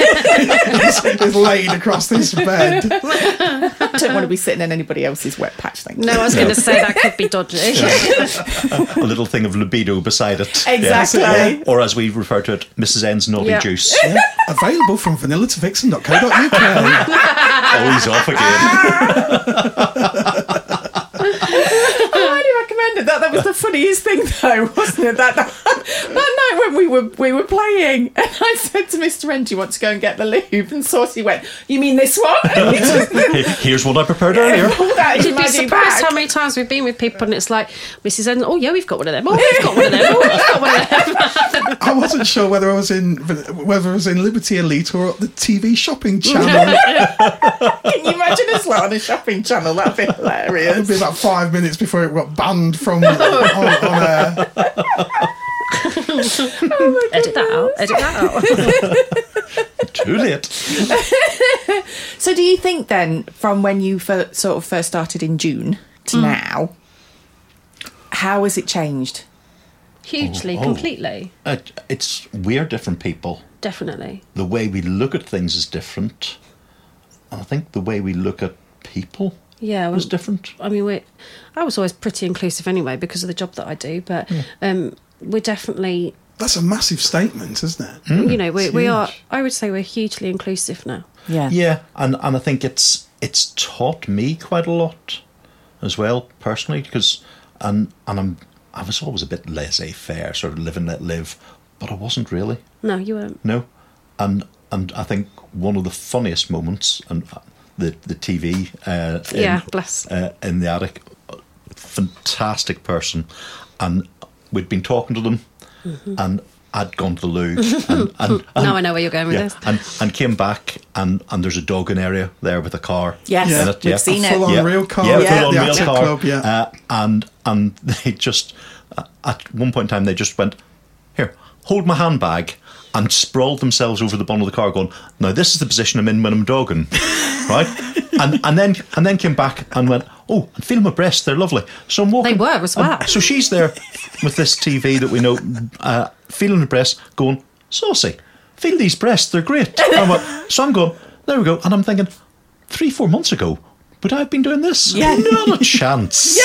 is, is laid across this bed. I don't want to be sitting in anybody else's wet patch thing. No, I was going to say that could be dodgy. a little thing of libido beside it. Yeah. Exactly. Yeah. Or as we refer to it, Mrs. N's naughty Yeah. juice. Yeah, available from vanillatovixen.co.uk. Oh, he's off again. I highly recommended that. That was the funniest thing, though, wasn't it? That, that that night when we were we were playing, and I said to Mister N, "Do you want to go and get the lube?" And Saucy went, "You mean this one?" And he just Here- Here's what I prepared earlier. pulled out his You'd be bloody surprised bag. how many times we've been with people and it's like, Mrs. N, oh yeah, we've got one of them. Oh, we've got one of them. Oh, we've got one of them. I wasn't sure whether I was in whether I was in Liberty Elite or the TV shopping channel. Can you imagine us like on a shopping channel? That'd be It'd hilarious. be about five minutes before it got banned from on, on air. Edit that out. Edit that out. Too late. So, do you think then, from when you fir- sort of first started in June to now, how has it changed? Hugely, Oh. completely, Uh, It's we're different people. definitely. The way we look at things is different. And I think the way we look at people Yeah, was well, different. I mean, we I was always pretty inclusive anyway because of the job that I do, but Hmm. um, we're definitely, That's a massive statement, isn't it? Hmm, you know, we, we are, huge. I would say we're hugely inclusive now. Yeah. Yeah, and and I think it's it's taught me quite a lot as well personally because and and I'm I was always a bit laissez faire, sort of live and let live, but I wasn't really. No, you weren't. No, and and I think one of the funniest moments and the the TV. Uh, in, Yeah, bless. Uh, in the attic, fantastic person, and we'd been talking to them, Mm-hmm. and I'd gone to the loo, and, and, and Now I know where you're going with Um, yeah, this. and and came back, and and there's a dogging area there with a car. Yes, in we've seen it. Full on yeah. real car. Yeah, at full on the real Attic car. Club, yeah. Uh, and and they just uh, at one point in time they just went here, hold my handbag, and sprawled themselves over the bonnet of the car, going, now this is the position I'm in when I'm dogging, right? And and then and then came back and went, oh, I'm feeling my breasts, they're lovely. So I'm walking. They were as well. and so she's there with this TV that we know, uh, feeling the breasts, going, saucy, feel these breasts, they're great. And I'm like- so I'm going, there we go. And I'm thinking, three, four months ago, would I have been doing this? Yeah. Not a chance.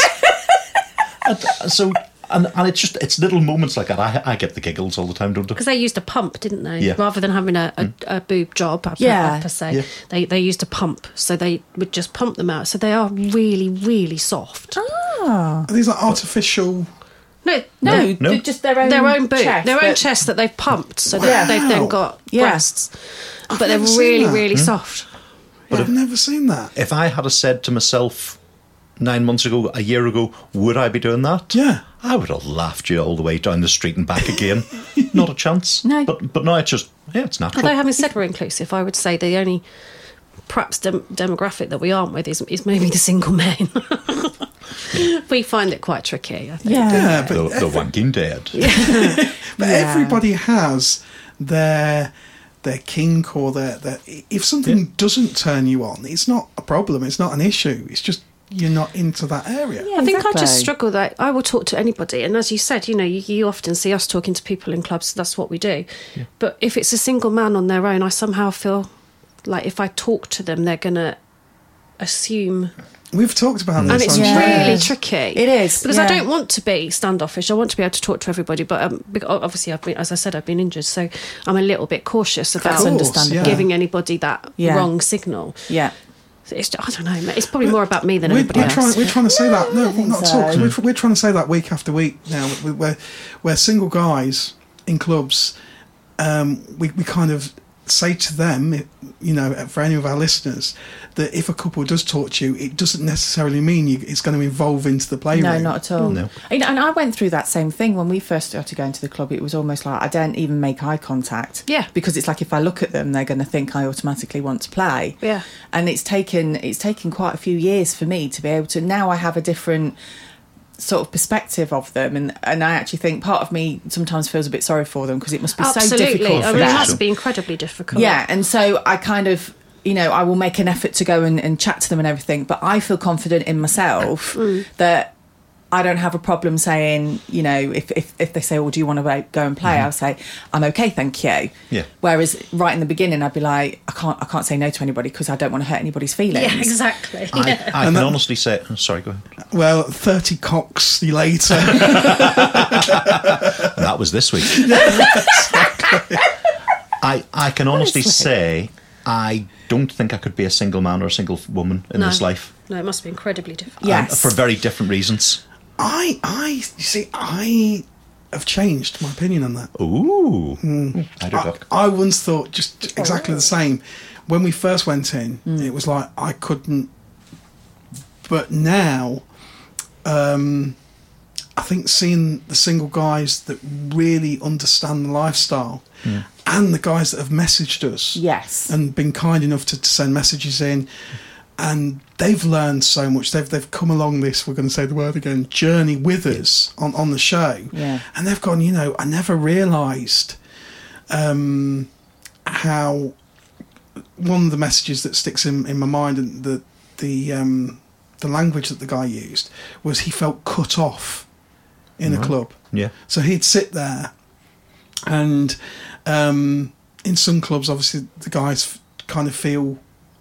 And uh, so, and, and it's just, it's little moments like that. I, I get the giggles all the time, don't I? Because they used a pump, didn't they? Yeah. Hmm. Rather than having a, a, a boob job, per, Yeah. per se, Yeah. they, they used a pump. So they would just pump them out. So they are really, really soft. Uh, Are these like artificial? No, No, No. just their own their own boob, chest, their own but- chest that they've pumped, so Wow. that they've then got Yeah. breasts, but they're never seen really, that. Hmm. really soft. But I've never seen that. If I had a said to myself nine months ago, a year ago, would I be doing that? Yeah. I would have laughed you all the way down the street and back again. Not a chance. No. But, but now it's just, yeah, it's natural. Although, having said we're inclusive, I would say the only perhaps dem- demographic that we aren't with is, is maybe the single men. we find it quite tricky. I think. Yeah. Yeah, but the, the wanking dead. But Yeah. everybody has their their kink or their, their if something doesn't turn you on, it's not a problem, it's not an issue. It's just you're not into that area. I think I just Exactly. struggle that I will talk to anybody, and as you said, you know, you, you often see us talking to people in clubs. That's what we do. But if it's a single man on their own, I somehow feel like if I talk to them, they're gonna assume We've talked Mm. about and this it's on Yeah. Shared. really Yes. tricky. It is, because I yeah. don't want to be standoffish. I want to be able to talk to everybody, but um, bec- o- obviously, I've been, as I said, I've been injured, so I'm a little bit cautious about course, understanding- yeah. giving anybody that Yeah. wrong signal. Yeah. So It's, I don't know. mate, It's probably more about me than we're, anybody we're else. trying, we're trying to say that. No, think not at so. all. 'cause We're, we're trying to say that week after week now. We're, we're, we're single guys in clubs. Um, we, we kind of say to them, you know, for any of our listeners, that if a couple does talk to you, it doesn't necessarily mean you, it's going to evolve into the playroom. No, not at all. No. And, and I went through that same thing when we first started going to the club. It was almost like I don't even make eye contact. Yeah. Because it's like if I look at them, they're going to think I automatically want to play. Yeah. And it's taken it's taken quite a few years for me to be able to. Now I have a different sort of perspective of them, and and I actually think part of me sometimes feels a bit sorry for them because it must be Absolutely, so difficult. I for mean, it them. must be incredibly difficult. Yeah, and so I kind of, you know, I will make an effort to go and, and chat to them and everything, but I feel confident in myself that I don't have a problem saying, you know, if, if, if they say, "Well, do you want to like, go and play?" I'll say, "I'm okay, thank you." Yeah. Whereas right in the beginning, I'd be like, "I can't, I can't say no to anybody because I don't want to hurt anybody's feelings." Yeah, exactly. I, Yeah. I can And that- honestly say, oh, sorry, go ahead. Well, 30 cocks later. And that was this week. I I can honestly say I don't think I could be a single man or a single woman in No. this life. No, it must be incredibly difficult. Yeah. Um, Yes. for very different reasons. I, I, you see, I have changed my opinion on that. Ooh. Hmm. I don't I, know. I once thought just exactly the same. When we first went in, it was like I couldn't. But now, um, I think seeing the single guys that really understand the lifestyle Hmm. and the guys that have messaged us Yes. and been kind enough to, to send messages in. And they've learned so much. They've they've come along this. We're going to say the word again. Journey with us on, on the show. Yeah. And they've gone. You know, I never realised um, how one of the messages that sticks in, in my mind and the the um, the language that the guy used was he felt cut off in a club. Yeah. So he'd sit there, and um, in some clubs, obviously, the guys f- kind of feel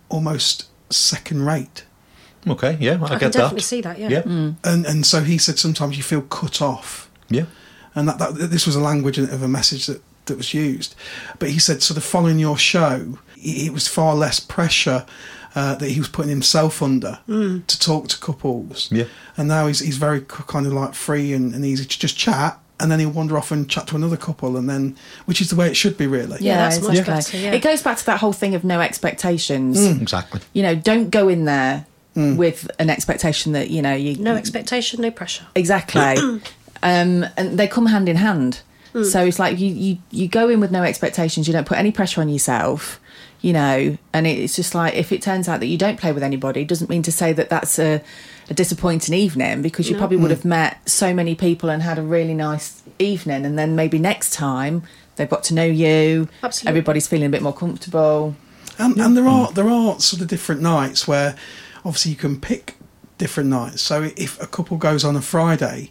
almost second rate. Okay, yeah, I, I get can definitely that. see that, yeah. Hmm. Yeah. And, and so he said sometimes you feel cut off. Yeah. And that, that this was a language of a message that, that was used. But he said, sort of following your show, i- it was far less pressure. Uh, that he was putting himself under to talk to couples, Yeah. and now he's he's very c- kind of like free and, and easy to just chat, and then he'll wander off and chat to another couple, and then which is the way it should be, really. Yeah, that's much exactly. better, yeah. It goes back to that whole thing of no expectations. Exactly. You know, don't go in there with an expectation that you know you No expectation, no pressure. exactly, um, and they come hand in hand. Hmm. So it's like you, you you go in with no expectations. You don't put any pressure on yourself. You know, and it's just like if it turns out that you don't play with anybody, it doesn't mean to say that that's a, a disappointing evening because you probably Hmm. would have met so many people and had a really nice evening, and then maybe next time they've got to know you. Absolutely. everybody's feeling a bit more comfortable. And, and there are there are sort of different nights where obviously you can pick different nights. So if a couple goes on a Friday,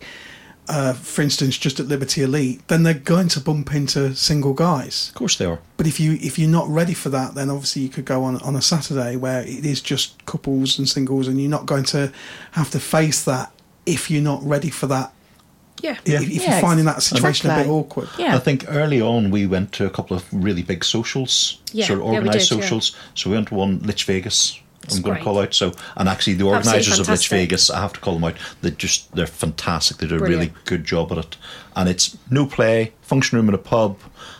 uh, for instance, just at Liberty Elite, then they're going to bump into single guys. Of course they are. But if you if you're not ready for that, then obviously you could go on on a Saturday where it is just couples and singles, and you're not going to have to face that if you're not ready for that. Yeah. If, if Yeah, you're finding that situation a bit exactly. awkward. Yeah, I think early on we went to a couple of really big socials, Yeah, sort of yeah, we organised did, yeah. socials. So we went to one, Lich Vegas. I'm going to great. call out. So, and actually, the organisers of Lich fantastic. Vegas, I have to call them out. They just they're fantastic. They do a really Brilliant. good job at it. And it's no play, function room in a pub,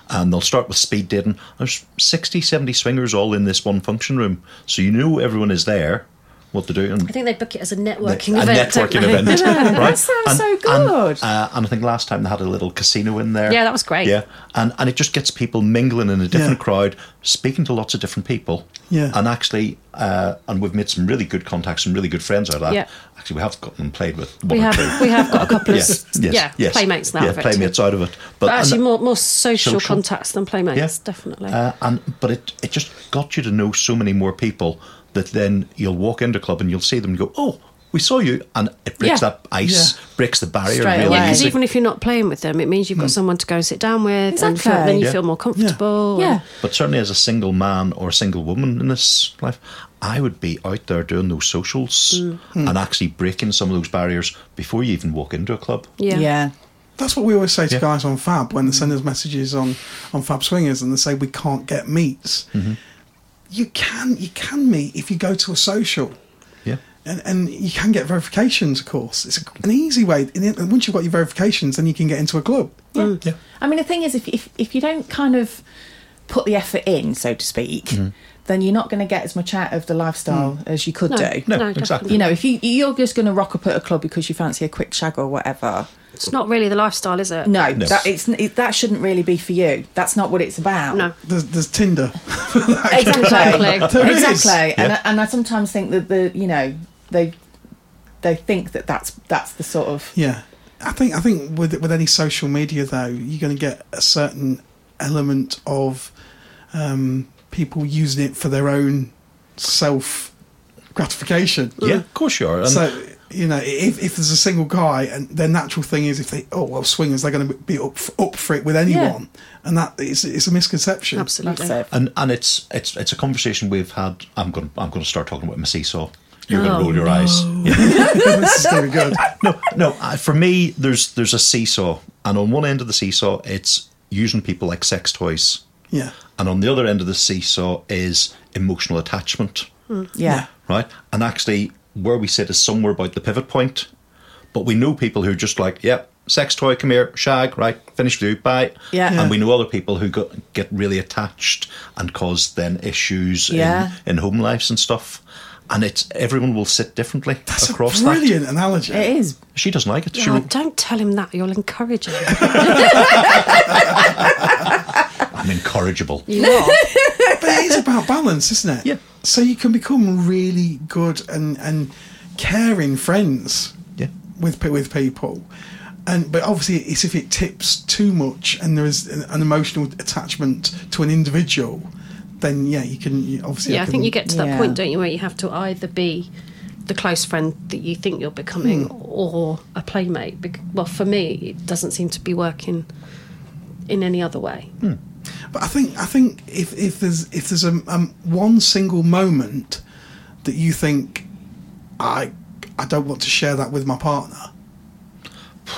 and they'll start with speed dating. There's 60, 70 swingers all in this one function room, so you know everyone is there. What to do? And I think they book it as a a networking event. don't networking they? event. right? That sounds so good. And, uh, and I think last time they had a little casino in there. Yeah, that was great. Yeah, and and it just gets people mingling in a different Yeah. crowd, speaking to lots of different people. Yeah. and actually, uh, and we've made some really good contacts and really good friends out of that. Yeah. Actually, we have gotten played with one We or have two. we have got a couple of Yes, yeah, yes, yes. playmates now. Yeah, of it. playmates out of it. But, But actually, and- more more social, Social. contacts than playmates, yeah. definitely. Uh, and but it it just got you to know so many more people that then you'll walk into a club and you'll see them and go, oh, we saw you, and it breaks Yeah. that ice, Yeah. breaks the barrier Straight really away. yeah, Hmm. because easy. even if you're not playing with them, it means you've got someone to go and sit down with, and feel- Exactly. then you Yeah. feel more comfortable. Yeah. and- but certainly as a single man or a single woman in this life, I would be out there doing those socials Mm. and actually breaking some of those barriers before you even walk into a club. yeah, yeah. That's what we always say to Yeah. guys on Fab when they send us messages on, on Fab Swingers and they say we can't get meets. You can you can meet if you go to a social. Yeah. And, and you can get verifications, of course. It's an easy way. And then- once you've got your verifications, then you can get into a club. Yeah. Yeah. I mean, the thing is, if, if if you don't kind of put the effort in, so to speak, then you're not going to get as much out of the lifestyle as you could No, do. No, No, exactly. definitely. You know, if you you're just going to rock up at a club because you fancy a quick shag or whatever, It's not really the lifestyle, is it? no, No. that it's it, that shouldn't really be for you. That's not what it's about. no. There's, there's Tinder. exactly, Exactly. There is. exactly. And Yeah. I, and I sometimes think that the you know they they think that that's that's the sort of Yeah, I think I think with with any social media though, you're going to get a certain element of um, people using it for their own self gratification. Yeah, of course you are. And So- you know, if, if there's a single guy, and their natural thing is if they, oh, well, swingers, they're going to be up for, up for it with anyone, and that is it's a misconception. Absolutely. That's it. and and it's it's it's a conversation we've had. I'm going I'm going to start talking about my seesaw. You're Oh, going to roll your eyes. this is going to be good. no, no. I, for me, there's there's a seesaw, and on one end of the seesaw, it's using people like sex toys, Yeah, and on the other end of the seesaw is emotional attachment, Yeah. right? And actually, where we sit is somewhere about the pivot point, but we know people who are just like, yep. Sex toy, come here, shag, right, finish with you, bye. Yeah. Yeah. And we know other people who got, get really attached and cause then issues Yeah. in, in home lives and stuff. And it's everyone will sit differently that's across a that. brilliant analogy. It is. She doesn't like it. She Oh, wrote- don't tell him that. You'll encourage him. I'm incorrigible. You are. but it is about balance, isn't it? Yeah. So you can become really good and and caring friends. Yeah. With pe- with people, and but obviously it's if it tips too much and there is an, an emotional attachment to an individual, then yeah, you can you obviously. Yeah, I think can- you get to that Yeah. point, don't you, where you have to either be the close friend that you think you're becoming or a playmate. Bec- Well, for me, it doesn't seem to be working in any other way. But I think I think if if there's if there's a um, one single moment that you think I I don't want to share that with my partner,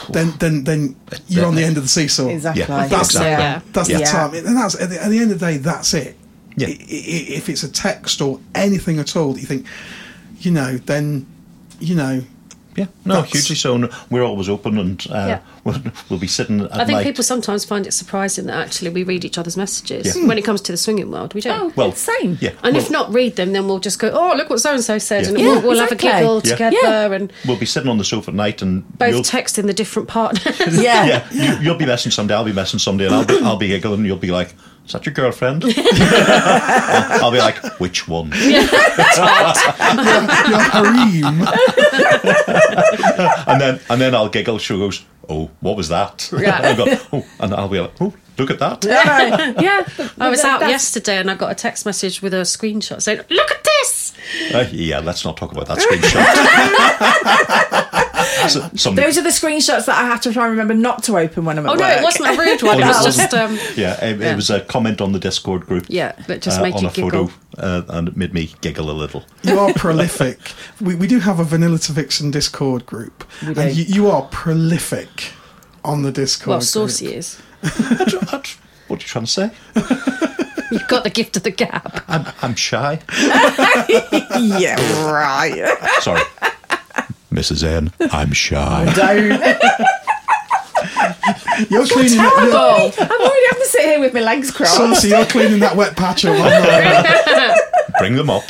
then then then you're on the end of the seesaw. Exactly. Yeah. That's Exactly. the, Yeah. that's the Yeah. time, and that's at the, at the end of the day. That's it. Yeah. I- i- i- If it's a text or anything at all that you think, you know, then you know, Yeah, no, That's- hugely so. and We're always open and uh, Yeah. we'll, we'll be sitting at I think night. people sometimes find it surprising that actually we read each other's messages Yeah. when it comes to the swinging world. We don't. Oh, Well, it's same. yeah. and if not read them, then we'll just go, oh, look what so and so said, Yeah. and Yeah, we'll, we'll have a exactly. giggle Yeah. together Yeah. and We'll be sitting on the sofa at night and both you'll, texting the different partners. Yeah. yeah, You, you'll be messing somebody, I'll be messing somebody, and I'll be, I'll be giggling, and you'll be like, "Is that your girlfriend?" I'll be like, "Which one?" you're Kareem. And then and then I'll giggle. She goes, "Oh, what was that?" Yeah. and, I'll go, oh, and I'll be like, "Oh, look at that." yeah. I was out That's- yesterday and I got a text message with a screenshot saying, look at this. Uh, yeah, let's not talk about that screenshot. so, some- Those are the screenshots that I have to try and remember not to open when I'm at Oh, work. no, it wasn't a rude one. Oh, It no, was it just. Um, yeah, it, Yeah. it was a comment on the Discord group. Yeah, that just uh, made on you a giggle. photo, uh, and it made me giggle a little. you are prolific. We, we do have a Vanilla to Vixen Discord group, do. and you, you are prolific on the Discord. well, group. saucy is. what are you trying to say? You've got the gift of the gab. I'm, I'm shy. yeah, right. Sorry, Mrs. N. I'm shy. Don't. You're cleaning. That, you're, Oh, I'm already having to sit here with my legs crossed. Saucy, you're cleaning that wet patch up. I'm not. Bring them up.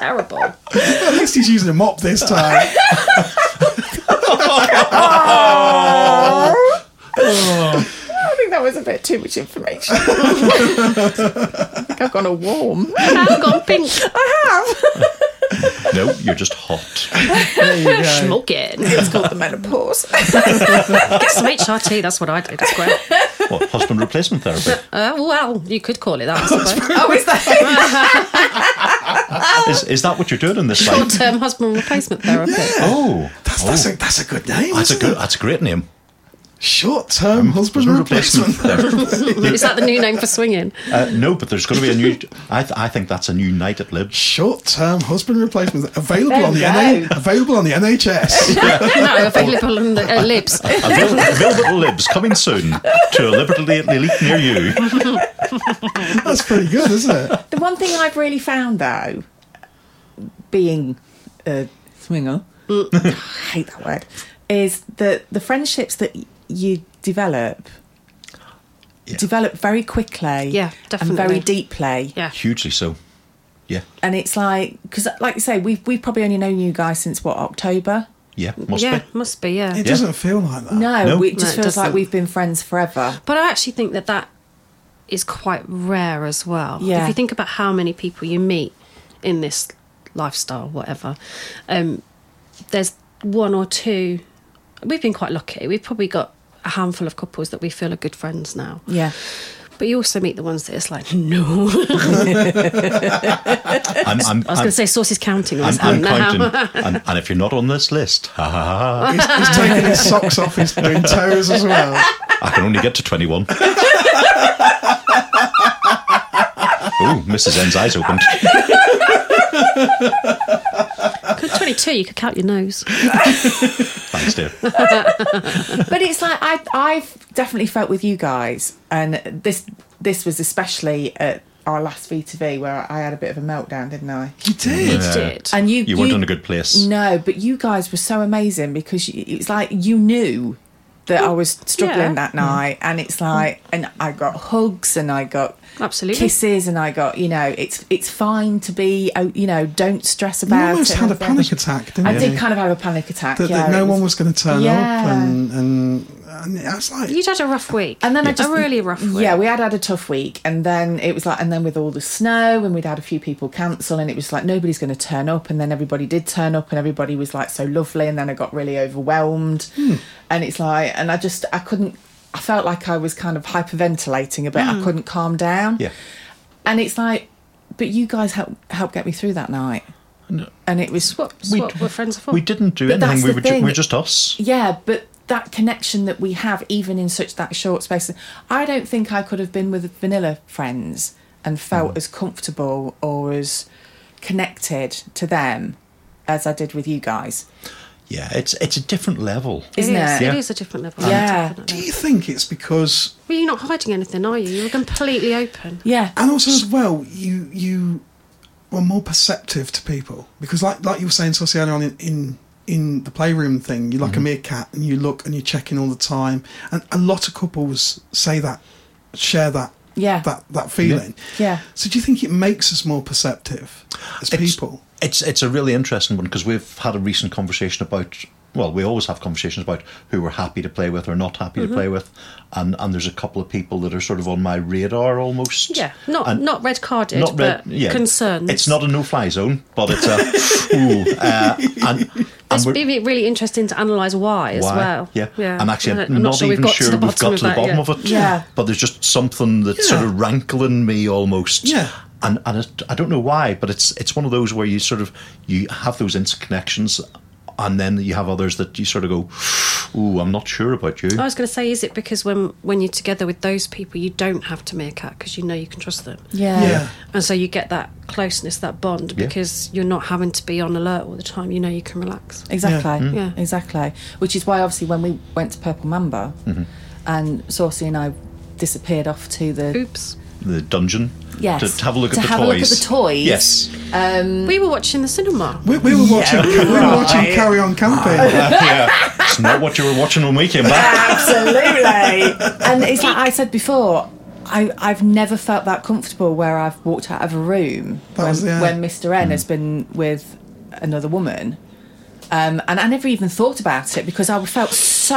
Terrible. At least he's using a mop this time. I think that was a bit too much information. I think I've gone a warm. I've gone pink. I have. No, you're just hot. There you go. Smoking. It's called the menopause. Get some HRT. That's what I did. That's great. What husband replacement therapy? Uh, well, you could call it that, I suppose. oh, is that? Is, is that what you're doing in this Short life? term um, husband replacement therapy. Oh, That's, that's, a, that's a good name. that's a isn't good. it? That's a great name. short-term husband Husband replacement. therapy. Is that the new name for swinging? Uh, no, but there's going to be a new. I, th- I think that's a new night at Libs. Short-term husband replacement available on the There you NA, available on the NHS. No, available on the uh, Libs. Avail- Available at Libs coming soon to a liberty elite near you. that's pretty good, isn't it? The one thing I've really found though, being a swinger, I hate that word, is that the friendships that you develop develop very quickly Yeah, and very definitely. deeply. Yeah. Hugely so. Yeah, And it's like, because like you say, we've, we've probably only known you guys since what, October? yeah, must yeah, be. must be, yeah. It doesn't feel like that. No, No. we- it just No, it feels like doesn't. we've been friends forever. But I actually think that that is quite rare as well. Yeah. If you think about how many people you meet in this lifestyle, whatever, um, there's one or two. We've been quite lucky. We've probably got a handful of couples that we feel are good friends now. Yeah. But you also meet the ones that it's like, no. I'm, I'm, I was I'm, going to say sauce is counting. I I'm, was I'm like, no. counting. and, and if you're not on this list, ha ha ha, He's, he's taking his socks off, he's doing toes as well. ha, I can only get to 21. Ooh, Mrs. N's eyes opened. Could 22, you could count your nose. Thanks, dear. but it's like I, I've definitely felt with you guys, and this this was especially at our last VTV where I had a bit of a meltdown, didn't I? You did. Yeah. Did. And you You weren't in a good place. No, but you guys were so amazing because you, it's like you knew that I was struggling yeah. that night, and it's like, and I got hugs, and I got Absolutely. kisses, and I got you know, it's it's fine to be, oh, you know, don't stress You about. almost it had a and panic everything. attack, didn't I you? did kind of have a panic attack. that, yeah, that no it one was going to turn up, Yeah. and and, and I was like, You'd had a rough week. And then I just a really rough week. Yeah, we had had a tough week, and then it was like, and then with all the snow, and we'd had a few people cancel, and it was like nobody's going to turn up, and then everybody did turn up, and everybody was like so lovely, and then I got really overwhelmed, Hmm. and it's like, and I just I couldn't, I felt like I was kind of hyperventilating a bit, I couldn't calm down, Yeah. and it's like, but you guys help help get me through that night, and it was What, We- what we're friends are for. We didn't do But that's anything. We the were, ju- thing. we were just us. yeah, but that connection that we have, even in such that short space, I don't think I could have been with vanilla friends and felt as comfortable or as connected to them as I did with you guys. Yeah, it's it's a different level. It Isn't is- it? It Yeah. is a different level. Yeah. do Definitely. you think it's because? Well, you're not hiding anything, are you? You were completely open. Yeah, And also as well, you you were more perceptive to people because, like like you were saying, Saucy, earlier on in. in in the playroom thing, you're like a meerkat and you look and you're checking all the time. And a lot of couples say that, share that, Yeah. that that feeling. Yeah. So do you think it makes us more perceptive as It's- people? It's it's a really interesting one because we've had a recent conversation about well, we always have conversations about who we're happy to play with or not happy Mm-hmm. to play with, and and there's a couple of people that are sort of on my radar almost. Yeah. Not And not red carded, but concerns. It's not a no-fly zone, but it's a ooh, uh, and, and It's we're, be really interesting to analyse why, as why? well. Yeah. yeah. I'm actually And not, even sure we've got to the that bottom of yet. it. Yeah. But there's just something that's sort of rankling me almost. Yeah. And and it, I don't know why, but it's it's one of those where you sort of you have those interconnections, and then you have others that you sort of go, "Ooh, I'm not sure about you." I was going to say, is it because when when you're together with those people, you don't have to meerkat because you know you can trust them, yeah, Yeah. and so you get that closeness, that bond, Yeah. because you're not having to be on alert all the time. You know you can relax. exactly, Yeah. exactly. Which is why, obviously, when we went to Purple Mamba, and Saucy and I disappeared off to the Oops. the dungeon. Yes. To, to have a look To at the have a toys. look at the toys. Yes. We were watching the cinema. We, we were watching. we were watching Carry On Camping. yeah. It's not what you were watching when we came back. Absolutely. and it's like I said before, I, I've never felt that comfortable where I've walked out of a room That when, was- yeah. Mm. when Mr. N has been with another woman. Um, and I never even thought about it because I felt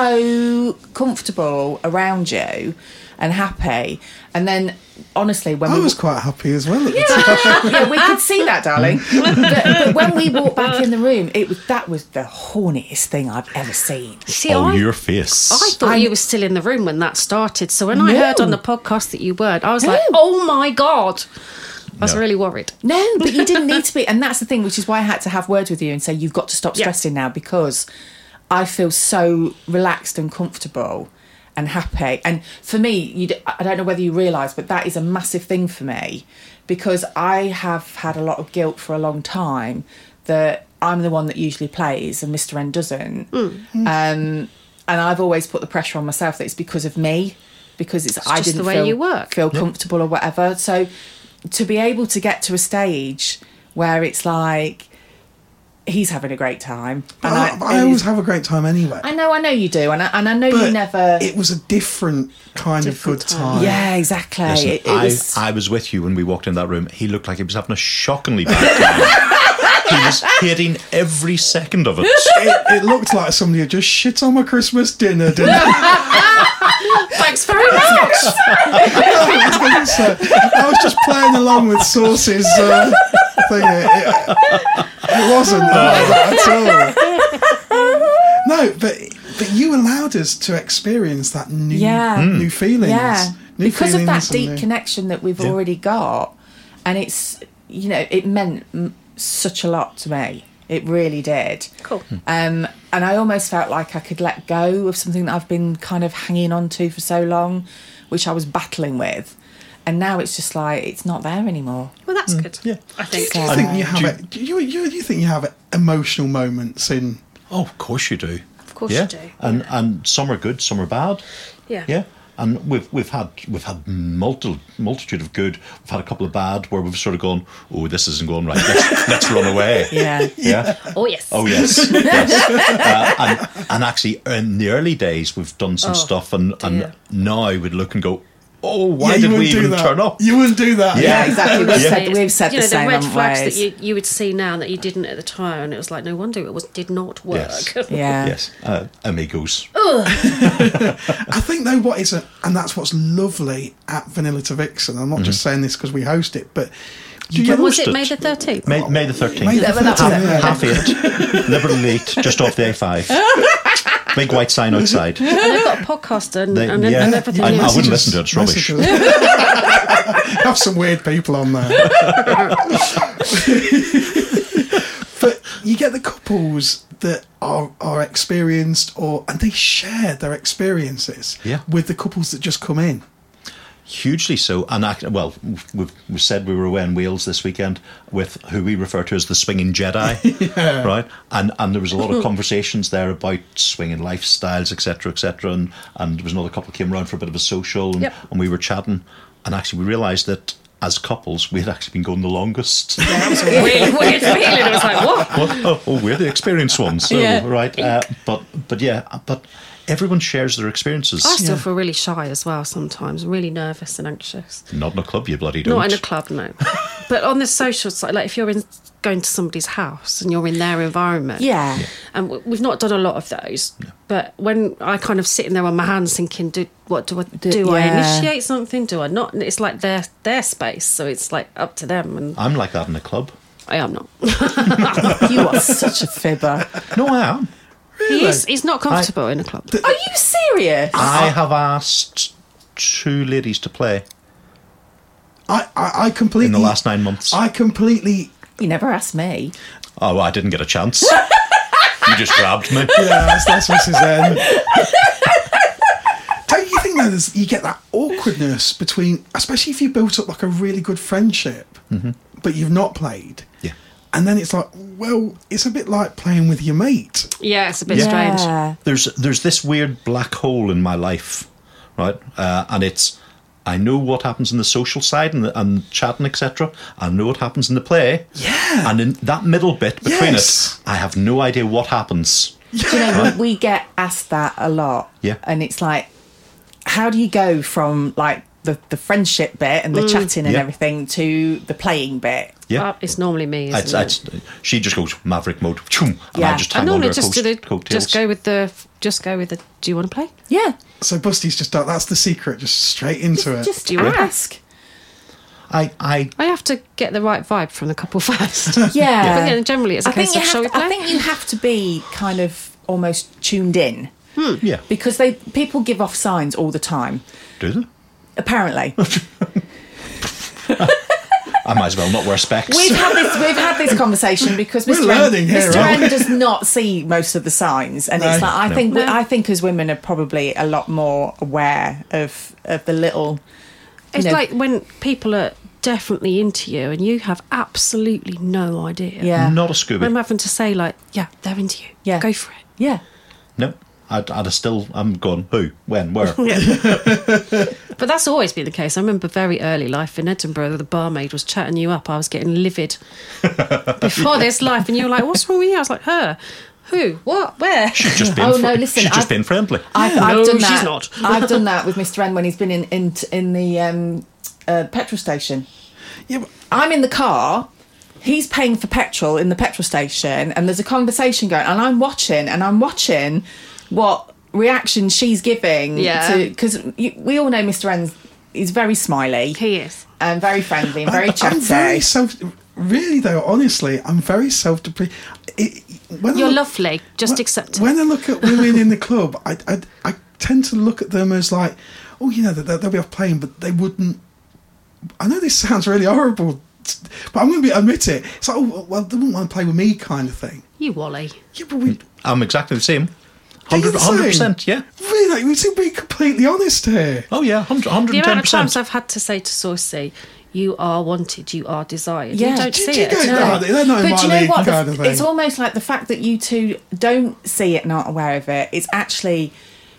so comfortable around you and happy. And then, honestly, when I we was wa- quite happy as well. At the time. yeah, we could see that, darling. but, but when we walked back in the room, it was that was the horniest thing I've ever seen. See, oh, I, your face. I thought you were still in the room when that started. So when I No. heard on the podcast that you weren't, I was like, No. oh my god, I was No. really worried. No, but you didn't need to be. And that's the thing, which is why I had to have words with you and say, you've got to stop Yeah. stressing now because I feel so relaxed and comfortable and happy. And for me, you, d- I don't know whether you realise, but that is a massive thing for me because I have had a lot of guilt for a long time that I'm the one that usually plays and Mr. N doesn't. Um, and I've always put the pressure on myself that it's because of me. Because it's, I just the didn't way feel, you work. feel comfortable or whatever. So to be able to get to a stage where it's like he's having a great time, But I, I and always he's- have a great time anyway. I know, I know you do, and I, and I know but you never. It was a different kind Different of good time. time. yeah, exactly. Listen, it, it I, was, I was with you when we walked in that room. He looked like he was having a shockingly bad time. he was hating every second of it. It, it looked like somebody had just shit on my Christmas dinner, didn't it? Thanks very much. I was gonna say, I was just playing along with Sauce's uh, thing. It, it, it wasn't like that at all. No, but but you allowed us to experience that new hmm, Yeah. Mm. new feelings. Yeah. New because of that feelings and deep new- connection that we've Yeah. already got, and it's you know it meant m- such a lot to me. It really did. Cool. Hmm. Um, and I almost felt like I could let go of something that I've been kind of hanging on to for so long, which I was battling with, and now it's just like it's not there anymore. Hmm. Well, that's good. Yeah. I think. Do you Um, think you have do you- it- do you, you, you think you have emotional moments in Oh, of course you do. Of course you do, And yeah. and some are good, some are bad. Yeah. Yeah. And we've we've had we've had multi, multitude of good. We've had a couple of bad where we've sort of gone, oh, this isn't going right. Let's, let's run away. Yeah. Yeah. Oh yes. Oh yes, yes. Uh, and, and actually, in the early days, we've done some Oh, stuff, and, and dear. now we'd look and go, "Oh, why Yeah, you did we wouldn't do even that. turn up?" You wouldn't do that. Yeah. Yeah, exactly. We've Yeah. said, we've said you know, the same. red haven't flags we? that you, you would see now that you didn't at the time, it was like, no wonder it was did not work. Yes. yeah. Yes, uh, amigos. I think though what is a, and that's what's lovely at Vanilla to Vixen. I'm not just Mm-hmm. saying this because we host it, but do you get was it Understood. May the thirteenth? May, May the thirteenth. May the but that's 13th, it. yeah. half eight, Liberty late, just off the A5. Big white sign outside. And they've got a podcast and, They- and, yeah. and everything I- I else. wouldn't listen to it, it's rubbish. Messages. Have some weird people on there. but you get the couples that are are experienced or and they share their experiences Yeah. with the couples that just come in. Hugely so. And I, well, we've, we said we were away in Wales this weekend with who we refer to as the swinging Jedi, right? And and there was a lot of conversations there about swinging lifestyles, etc., etc. And and there was another couple came round for a bit of a social, and, Yep. and we were chatting, and actually we realised that as couples we had actually been going the longest. That was a weird, weird feeling. I was like, what? oh, oh, we're the experienced ones, so, Yeah. right? Uh, but but yeah, but everyone shares their experiences. I still feel really shy as well sometimes, really nervous and anxious. Not in a club, you bloody don't. Not in a club, no. but on the social side, like if you're in going to somebody's house and you're in their environment, Yeah. Yeah. And we- Um, we've not done a lot of those. But when I kind of sitting there on my hands thinking, do what do I do? I yeah. initiate something? Do I not? And it's like their their space, so it's like up to them. And I'm like that in a club. I am not. You are such a fibber. No, I am. He is, he's not comfortable in a club. Are you serious? I have asked two ladies to play I, I, I completely in the last nine months. I completely You never asked me. Oh, well, I didn't get a chance. you just grabbed me. Yeah, that's, that's Mrs. N. Don't you think though, there's- you get that awkwardness between, especially if you built up like a really good friendship, but you've not played. Yeah. And then it's like, well, it's a bit like playing with your mate. Yeah, it's a bit Yeah. strange. There's there's this weird black hole in my life, right? Uh, and it's I know what happens in the social side and the, and chatting etc. I know what happens in the play. Yeah. And in that middle bit between Yes. it, I have no idea what happens. Do you know, we, we get asked that a lot. Yeah. And it's like, how do you go from like the, the friendship bit and the Mm. chatting and Yeah. everything to the playing bit? Yeah. Uh, it's normally me. Isn't It's, it? it's, she just goes maverick mode, choom, and I Yeah. just I hang on to normally her just coat, do the, coattails. just go with the just go with the. Do you want to play? Yeah. So Busty's just like, that's the secret, just straight into it. Just Do you wanna ask. I, I I have to get the right vibe from the couple first. Yeah. But then generally it's a I think case you of shall we have to, I play? think you have to be kind of almost tuned in Hmm. yeah. because they people give off signs all the time. Do they? Apparently, I might as well not wear specs. we've had this we've had this conversation because Mr. learning N, here, Mr. aren't N does not see most of the signs, and it's No. like I No. think we, I think as women are probably a lot more aware of of the little. you it's know, like when people are definitely into you and you have absolutely no idea. yeah, Not a Scooby. I'm having to say like, yeah, they're into you. Yeah. Go for it. yeah. no, I'd, I'd have still. I'm gone. Who? When? Where? But that's always been the case. I remember very early life in Edinburgh, the barmaid was chatting you up. I was getting livid before this life, and you were like, "What's wrong with you?" I was like, "Her, who, what, where?" She's just been. Oh, no, fri- listen, She's just I've- been friendly. I've, No, I've done she's that. not. I've done that with Mr. N when he's been in in in the um, uh, petrol station. Yeah, but I'm in the car. He's paying for petrol in the petrol station, and there's a conversation going, and I'm watching, and I'm watching what reaction she's giving. Yeah. Because we all know Mr. N's is very smiley He is. and very friendly and very I'm- chatty. I'm very self. Really though, honestly, I'm very self depreciated. You're lovely. Just Wh- accept it. When I look at women in the club, I, I, I tend to look at them as like, oh, you know, they'll, they'll be off playing, but they wouldn't. I know this sounds really horrible, but I'm going to be, admit it. It's like, oh, well, they wouldn't want to play with me kind of thing. You Wally. Yeah, but we. I'm exactly the same. Are you 100 the same? 100%, yeah. Really, like, we should be completely honest here. Oh, yeah, 100, The 110%. amount of times I've had to say to Saucy, you are wanted, you are desired. Yeah. You don't Do- see do you it. guys at know all. how they- they're not in but my do you know league what? The- kind of thing. it's almost like the fact that you two don't see it and aren't aware of it is actually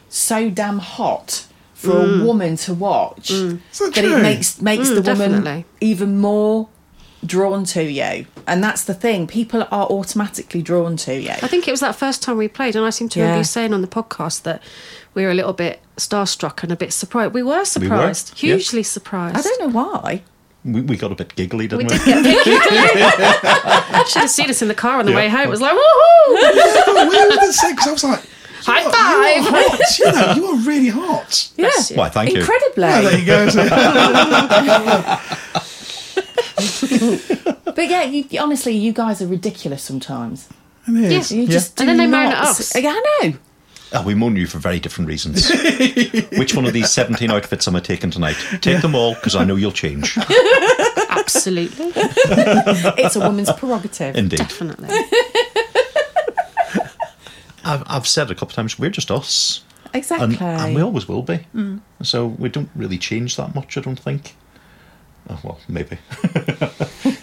so damn hot for a woman to watch that that it true? makes makes the Mm, woman definitely. even more drawn to you. And that's the thing; people are automatically drawn to you. I think it was that first time we played, and I seem to remember Yeah. you saying on the podcast that we were a little bit starstruck and a bit surprised. We were surprised, yeah. hugely surprised. I don't know why. we, we got a bit giggly, didn't We we? did get I should have seen us in the car on the Yeah. way home. It was like, woohoo! yeah, but we were the same, 'cause I was like, "Oh, you High are- five. You are hot. You know, you are really hot. Yeah, Why, thank you. incredibly. Oh, there you go. But yeah, you, honestly, you guys are ridiculous sometimes. It is. You just And do then they moan not at us. s- Yeah, I know. Oh, we mourn you for very different reasons. Which one of these 17 outfits am I taking tonight? Take them all, because I know you'll change. Absolutely, It's a woman's prerogative. Indeed. definitely. I've, I've said a couple of times, we're just us. exactly. And, and we always will be. Hmm. So we don't really change that much, I don't think. Oh, well, maybe.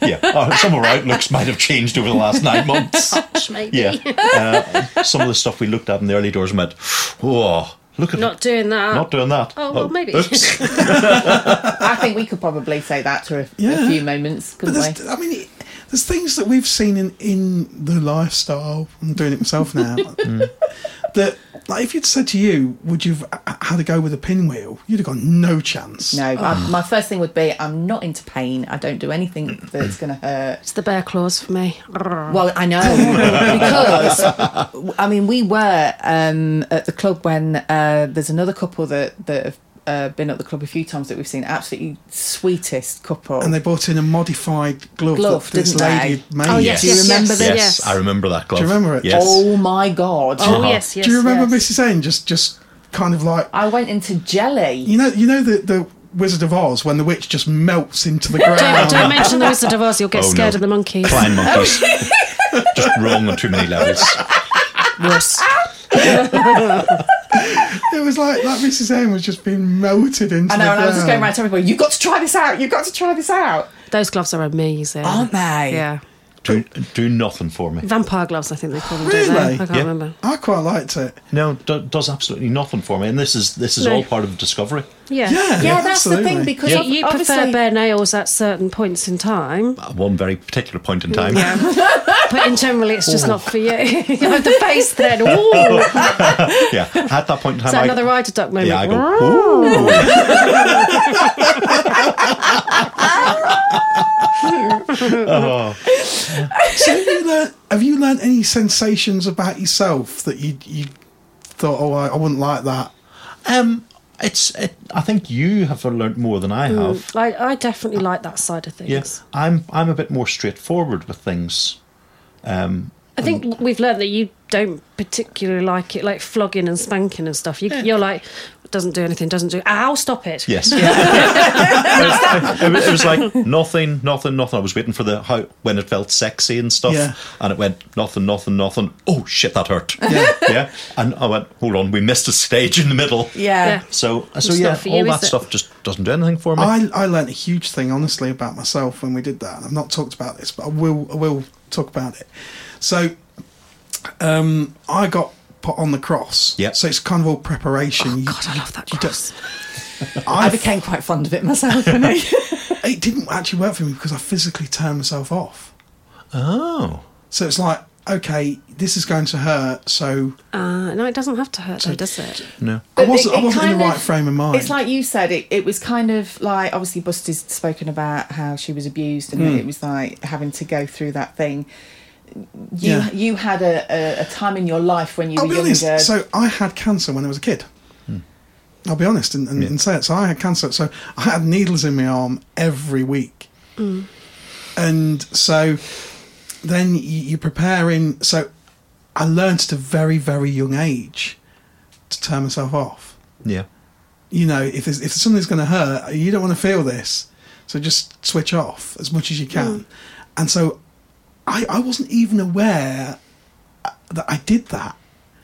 yeah, uh, some of our outlooks might have changed over the last nine months. Maybe. Yeah. Uh, some of the stuff we looked at in the early doors and went, oh, look at Not doing that. Not doing that. Oh, well, maybe. oops. I think we could probably say that to a, Yeah. a few moments, But couldn't we? there's, I mean, it- there's things that we've seen in, in the lifestyle. I'm doing it myself now. that, like, if you'd said to you, "Would you've h- h- had a go with a pinwheel?" You'd have gone, "No chance." No, I, my first thing would be I'm not into pain. I don't do anything that's going to hurt. It's the bear claws for me. Well, I know because I mean we were um, at the club when uh, there's another couple that that have uh, been at the club a few times that we've seen. Absolutely sweetest couple. And they brought in a modified glove, Glove, that this didn't they? lady had made. Oh, yes. Do you Yes, remember yes, this? yes, Yes. I remember that glove. you remember it? Yes. Oh my god! Oh Uh-huh. yes, yes. Do you remember yes. Mrs. N just just kind of like I went into jelly. you know you know the the Wizard of Oz when the witch just melts into the Don't, ground. don't mention the Wizard of Oz. You'll get Oh, no. scared of the monkeys. Flying monkeys. Just wrong on too many levels. Worse. It was like like Mrs. N was just being melted into. I know, the and I was just going ground. around to everybody. You've got to try this out. You've got to try this out, Those gloves are amazing, aren't they? Yeah, Do, do nothing for me. vampire gloves. I think they call them. Don't Really? they? I can't Yeah. remember. I quite liked it. No, do, does absolutely nothing for me. And this is this is No. all part of discovery. Yeah. Yeah, Yeah, that's the thing absolutely. because You, ob- you prefer obviously- bare nails at certain points in time, At Uh, one very particular point in time. but in generally it's just not for you. you have the face then. Ooh, is Yeah, at that point in time, that I, another eider duck moment? yeah, I go. Ooh. So have you learnt, have you learnt any sensations about yourself that you you thought, oh, I, I wouldn't like that? Um, it's. It, I think you have learnt more than I have. I, I definitely like that side of things. Yes, I'm. I'm a bit more straightforward with things. I Mm. think we've learned that you don't particularly like it, like flogging and spanking and stuff. You, You're like, doesn't do anything, doesn't do. Ow, stop it. Yes. it, was, it was like nothing, nothing, nothing. I was waiting for the how when it felt sexy and stuff, Yeah. and it went nothing, nothing, nothing. Oh shit, that hurt. Yeah. yeah, and I went, hold on, we missed a stage in the middle. Yeah. So, uh, so It's yeah, not for you, all is that it? stuff just doesn't do anything for me. I, I learnt a huge thing, honestly, about myself when we did that. And I've not talked about this, but I will I will talk about it. So, um, I got put on the cross. Yep. So it's kind of all preparation. You- God, I love that you cross. don't- I I, became quite fond of it myself. didn't I? it didn't actually work for me because I physically turned myself off. oh, So it's like, okay, this is going to hurt. So Uh, no, it doesn't have to hurt, though, does it? no. I wasn't, It- I wasn't it in kind the of- right frame of mind. It's like you said, it, it was kind of like obviously Buster's spoken about how she was abused and Hmm. it was like having to go through that thing. You Yeah. you had a, a, a time in your life when you I'll were be younger. honest. So I had cancer when I was a kid. I'll be honest and, and, and say it. So I had cancer. So I had needles in my arm every week. And so then you, you're preparing. So I learned at a very, very young age to turn myself off. Yeah. you know, if there's, if something's going to hurt, you don't want to feel this, so just switch off as much as you can. And so, I I wasn't even aware uh, that I did that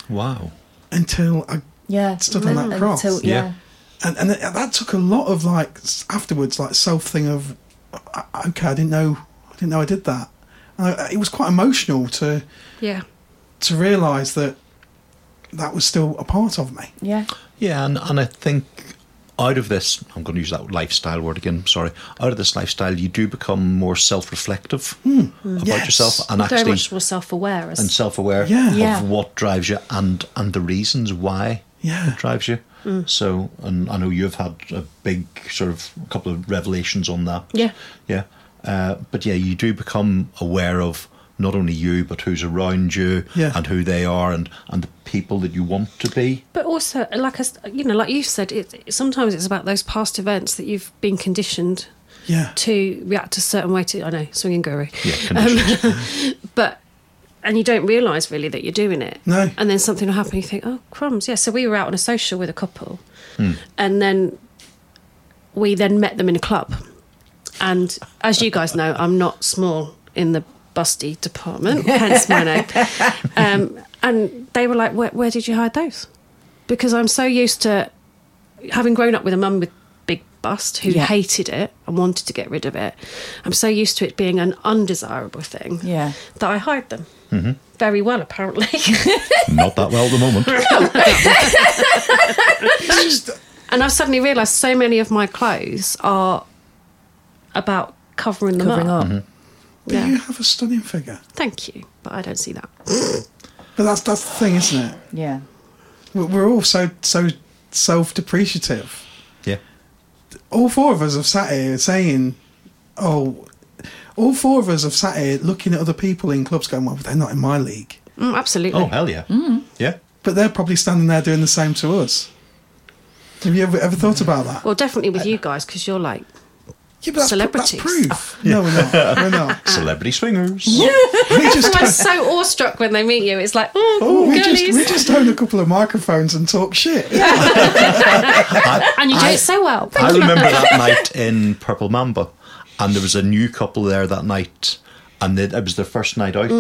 Wow. until I Yeah. stood on that cross. Until, yeah. Yeah. and and th- that took a lot of like s- afterwards like self thing of "Uh, okay I didn't know I didn't know I did that and I, it was quite emotional to Yeah. to realise that that was still a part of me Yeah. Yeah, and, and I think out of this, I'm going to use that lifestyle word again, sorry. Out of this lifestyle, you do become more self reflective about Yes. yourself and Very actually much more self aware. and self aware Yeah. of Yeah. what drives you and, and the reasons why Yeah. it drives you. So, and I know you've had a big sort of couple of revelations on that. Yeah. Yeah. Uh, but yeah, you do become aware of not only you, but who's around you Yeah. and who they are and, and the people that you want to be. But also, like I s you know, like you said, it, it- sometimes it's about those past events that you've been conditioned yeah to react a certain way to. I know, swinging guru. Yeah, conditions. but and you don't realise really that you're doing it. No. And then something will happen. You think, oh crumbs, yeah. So we were out on a social with a couple, and then we then met them in a club. And as you guys know, I'm not small in the busty department, hence my name. Um, and they were like, where, where did you hide those? Because I'm so used to having grown up with a mum with big bust who Yeah. hated it and wanted to get rid of it. I'm so used to it being an undesirable thing Yeah. that I hide them. Very well, apparently. Not that well at the moment. and I've suddenly realised so many of my clothes are about covering them Covering up. up. but Yeah. you have a stunning figure Thank you, but I don't see that. but that's that's the thing isn't it Yeah. We're- we're all so so self depreciative Yeah. all four of us have sat here saying oh all four of us have sat here looking at other people in clubs going well they're not in my league Mm, absolutely. Oh hell yeah. Yeah. but they're probably standing there doing the same to us. Have you ever, ever thought about that? Well, definitely with you guys because you're like, yeah, but that's, that's celebrities. proof. No, we're not. We're not. Celebrity swingers. we just everyone's oh, so awestruck when they meet you. It's like, oh, oh, we just girlies. we just own a couple of microphones and talk shit. and you do it so well. I remember that night in Purple Mamba, and there was a new couple there that night, and they, it was their first night out,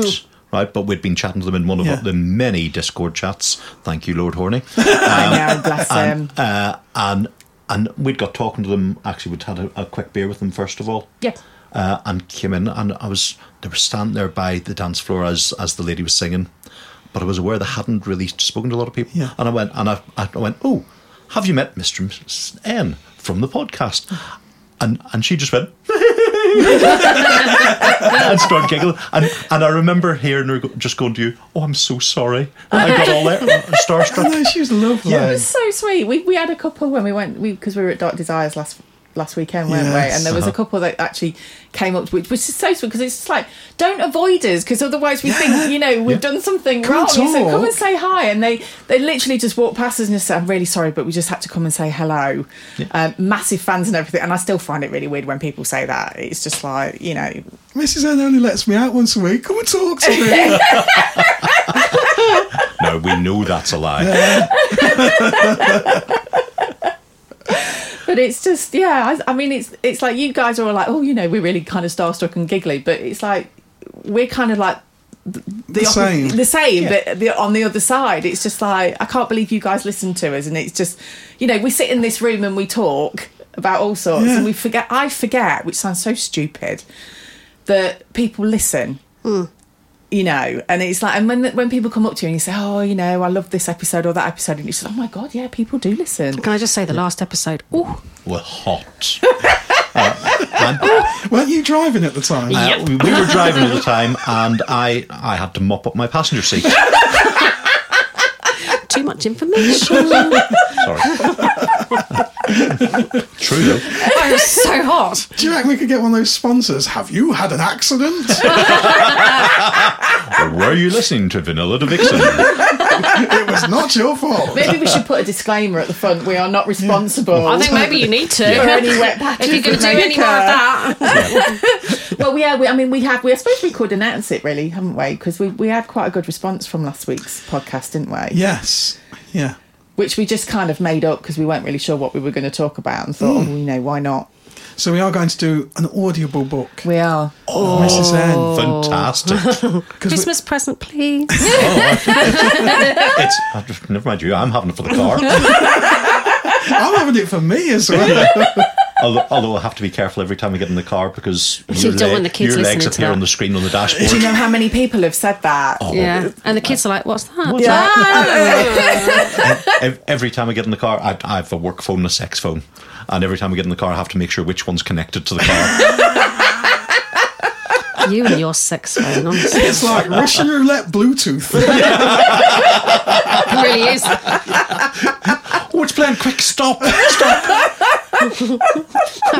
right? But we'd been chatting to them in one of Yeah. the many Discord chats. Thank you, Lord Horney. I know, bless him. uh, and and we'd got talking to them. Actually, we'd had a, a quick beer with them first of all. Yeah. Uh, and came in, and I was they were standing there by the dance floor as as the lady was singing, but I was aware they hadn't really spoken to a lot of people. Yeah. And I went and I, I went, oh, have you met Mister N from the podcast? And and she just went. and started giggling, and and I remember hearing her go, just going to you, "Oh, I'm so sorry." I got all there starstruck. no, she was lovely. Yeah. It's so sweet. We, we had a couple when we went because we, were at Dark Desires last last weekend, weren't we? Yes. And there was a couple that actually came up, to, which which is so sweet because it's just like don't avoid us because otherwise we think you know we've done something Come wrong. and So come talk. and say hi, and they they literally just walked past us and just said, "I'm really sorry, but we just had to come and say hello." Um, massive fans and everything, and I still find it really weird when people say that. It's just like you know, Mrs. N only lets me out once a week. Come and talk to me. No, we know that's a lie. but it's just yeah. I, I mean, it's it's like you guys are all like, oh, you know, we're really kind of starstruck and giggly, but it's like we're kind of like the oppo- same. the same, but the, on the other side, it's just like I can't believe you guys listen to us, and it's just you know we sit in this room and we talk about all sorts, Yeah. and we forget. I forget, which sounds so stupid, that people listen. You know, and it's like, and when when people come up to you and you say, "Oh, you know, I love this episode or that episode," and you say, "Oh my god, yeah, people do listen." Can I just say the last episode? Oh, were hot. Uh, Weren't you driving at the time? and, uh, we we were driving at the time, and I I had to mop up my passenger seat. too much information. Sorry. True though. I was so hot. Do you reckon we could get one of those sponsors? Have you had an accident? Or were you listening to Vanilla to Vixen? it was not your fault. Maybe we should put a disclaimer at the front: we are not responsible. I think maybe you need to. for any wet If patches. you're going to with do any more of makeup. that, Well, yeah, we, I mean, we have. We, I suppose we could announce it, really, haven't we? Because we, we had quite a good response from last week's podcast, didn't we? Yes. Yeah. which we just kind of made up because we weren't really sure what we were going to talk about and thought, Mm. oh, you know, why not? So we are going to do an audible book. We are. Oh, Mrs. N. Fantastic. 'Cause we- Christmas present, please. it's I've- never mind you. I'm having it for the car. I'm having it for me as well. although, although I have to be careful every time I get in the car because your, don't want the kids your legs listening to appear that. on the screen on the Do you dashboard. know how many people have said that? yeah. And the kids are like, what's that? What's Yeah. Ev- Every time I get in the car, I, I have a work phone and a sex phone, and every time I get in the car, I have to make sure which one's connected to the car. You and your sex phone, honestly. It's like Russian roulette Bluetooth. It really is. oh, it's playing quick stop. That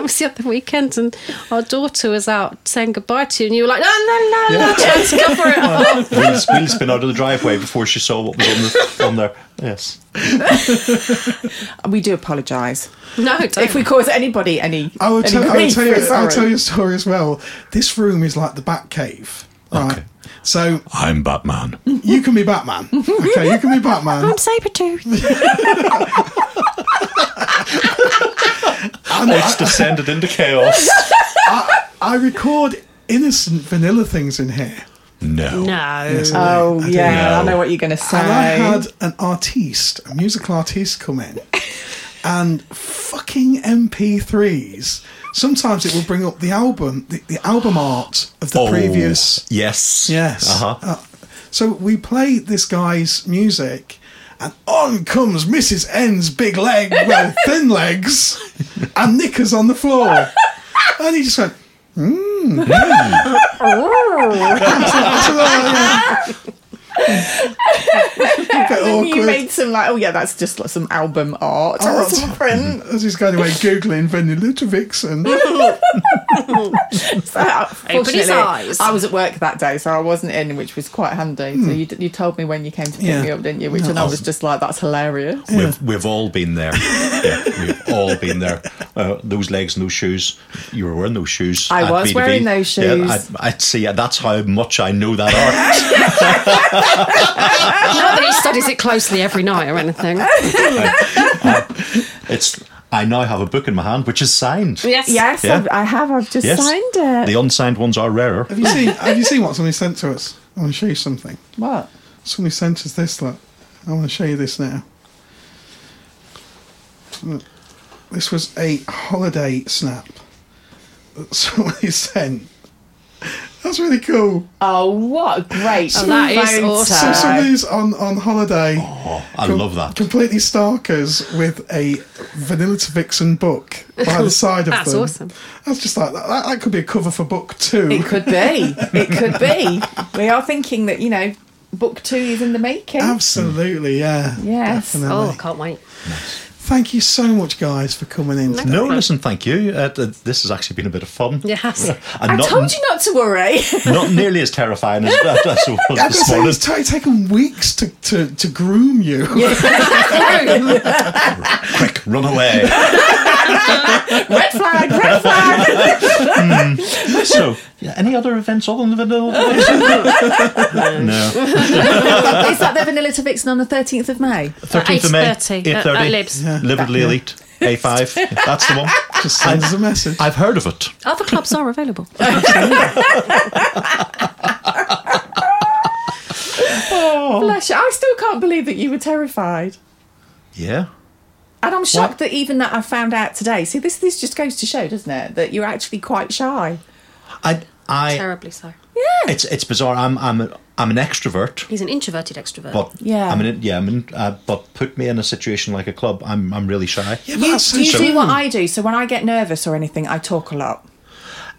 was the other weekend, and our daughter was out saying goodbye to you, and you were like, no, no, no, no, just cover it up. Wheels, wheels been out of the driveway before she saw what was on, the, on there. Yes. Oh. We do apologise. No, don't. If we cause anybody any. I will any tell, I will grief, tell you. we're I will tell sorry. you a story as well. This room is like the Bat Cave, right? Okay. So I'm Batman. you can be Batman. Okay, you can be Batman. Sabretooth. And It's I, descended into chaos. I record innocent vanilla things in here. No. No. Oh, yeah. know. I know what you're going to say. And I had an artiste, a musical artiste, come in, and fucking MP3s. Sometimes it will bring up the album, the, the album art of the Oh, previous. Yes. Yes. Uh-huh. Uh, so we play this guy's music, and on comes Mrs. N's big leg, well, thin legs, and knickers on the floor. And he just went, "Hmm." mmm. Bit And you awkward. Oh, made some like, oh yeah, that's just like some album art. Art. That's different. As he's going away googling Vanilla to Vixen. So, uh, fortunately, eyes. I was at work that day, so I wasn't in, which was quite handy. So you, d- you told me when you came to pick Yeah. me up, didn't you? Which and I was just like, that's hilarious. We've, we've all been there. Yeah, we've all been there. Uh, those legs and those shoes. You were wearing those shoes. I at was B2B. wearing those shoes. Yeah, I'd, I'd see. That's how much I know that art. Not that he studies it closely every night or anything. it's. I now have a book in my hand which is signed. Yes. Yes, Yeah. I've, I have. I've just Yes. signed it. The unsigned ones are rarer. have you seen have you seen what somebody sent to us? I want to show you something. what? Somebody sent us this look. I want to show you this now. This was a holiday snap that somebody sent. That's really cool. Oh, what a great! Oh, that is photo. So awesome. somebody's on, on holiday. Oh, I love that. Completely starkers with a Vanilla to Vixen book by the side of That's them. awesome. That's just like that, that. That could be a cover for book two. It could be. It could be. We are thinking that you know, book two is in the making. Absolutely, yeah. Yes. Definitely. Oh, I can't wait. Thank you so much, guys, for coming in. today. No, listen, thank you. Uh, th- this has actually been a bit of fun. Yes. And I not, told you not to worry. not nearly as terrifying as, as it was I've got to this say, morning. it's ta- taken weeks to, to, to groom you. Quick, run away. red flag. Red flag. so, yeah, any other events other than the vanilla? no. is that the Vanilla to Vixen on the thirteenth of May? 13th of May. 8:30, at- at 8.30. Libs. Lividly Elite. A5. That's the one. Just send us a message. I've heard of it. Other clubs are available. Bless you. I still can't believe that you were terrified. Yeah. And I'm shocked that even that I found out today. See, this this just goes to show, doesn't it, that you're actually quite shy. I, I, Terribly so. it's, it's bizarre. I'm, I'm, a, I'm an extrovert. He's an introverted extrovert. But Yeah. I mean, yeah, I mean, uh, but put me in a situation like a club, I'm, I'm really shy. yeah, but You, that's you social- do what I do. So when I get nervous or anything, I talk a lot.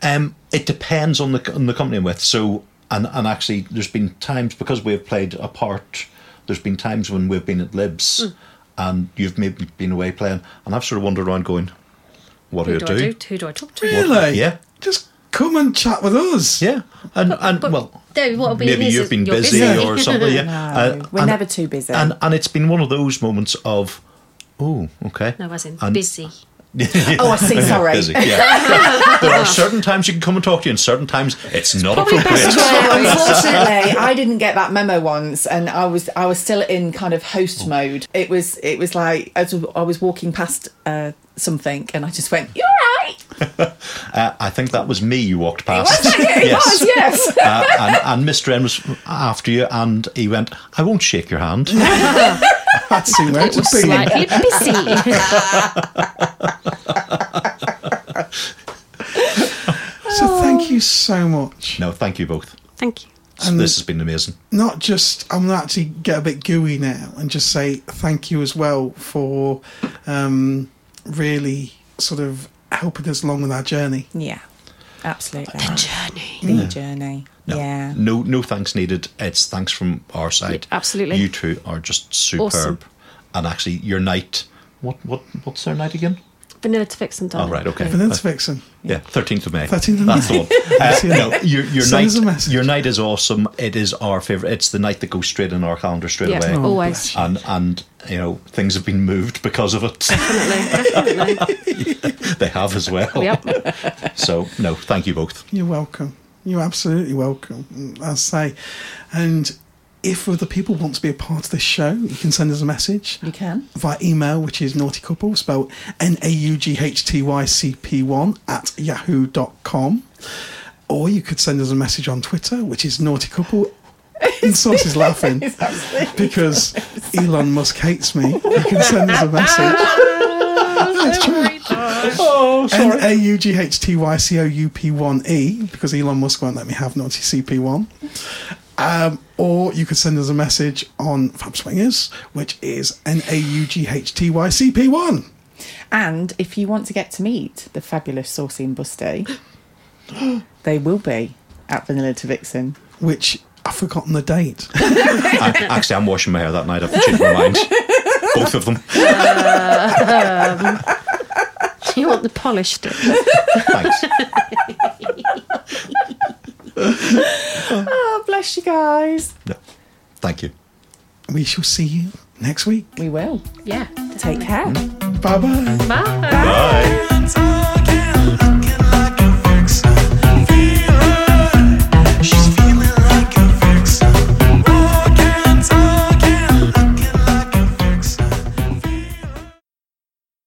Um, it depends on the on the company I'm with. So, and and actually, there's been times because we have played a part. There's been times when we've been at Libs, and you've maybe been away playing, and I've sort of wandered around going, "What do Who I do, do?" I do? Who do I talk to? Really? Yeah. Just come and chat with us. Yeah, and and But well, no, what will be maybe is you've been you're busy, or something. Yeah, Uh, No, we're and- never too busy. And and it's been one of those moments of, oh, okay. no, as in And- busy. Oh, I see. Sorry. Busy, yeah. there are certain times you can come and talk to you, and certain times it's not Probably appropriate. best to- Yeah, unfortunately, I didn't get that memo once, and I was I was still in kind of host mode. It was it was like as I was walking past uh, something, and I just went, "You're right." Uh, I think that was me you walked past. Wasn't it? It was, yes. Uh, and, and Mr. N was after you, and he went, I won't shake your hand. That seemed right to be. Slightly busy. So thank you so much. No, thank you both. Thank you. Um, So this has been amazing. Not just I'm gonna actually get a bit gooey now and just say thank you as well for um, really sort of helping us along with our journey. Yeah, absolutely. Journey. The journey. No, Yeah. no, no thanks needed. It's thanks from our side. Yeah, absolutely. You two are just superb. Awesome. And actually, your night. What? What? What's their night again? Vanilla to fix and done. Oh, right. Okay. Vanilla Vixen. Yeah, thirteenth of May. 13th of That's May. the one. Uh, no, your, your Send us a night. message. Your night is awesome. It is our favorite. It's the night that goes straight in our calendar straight Yeah, away. Oh, always. And and you know things have been moved because of it. Definitely. Definitely. they have as well. yep. So no, thank you both. You're welcome. You're absolutely welcome. I say, and if other people want to be a part of this show, you can send us a message. You can. via email, which is naughty couple, spelled N A U G H T Y C P 1 at yahoo.com. Or you could send us a message on Twitter, which is naughty couple. And Sauce is laughing because Elon Musk hates me. You can send us a message. That's true. Oh, N A U G H T Y C O U P 1 E because Elon Musk won't let me have naughty CP1. Um, or you could send us a message on Fab Swingers, which is N A U G H T Y C P 1. And if you want to get to meet the fabulous Saucy and Busty, they will be at Vanilla to Vixen. which I've forgotten the date. I, actually, I'm washing my hair that night. I've changed my mind. Both of them. Do you want the polished? Thanks. Oh, bless you guys. No, thank you. we shall see you next week. We will. Yeah. Take care. Bye bye. Bye. Bye.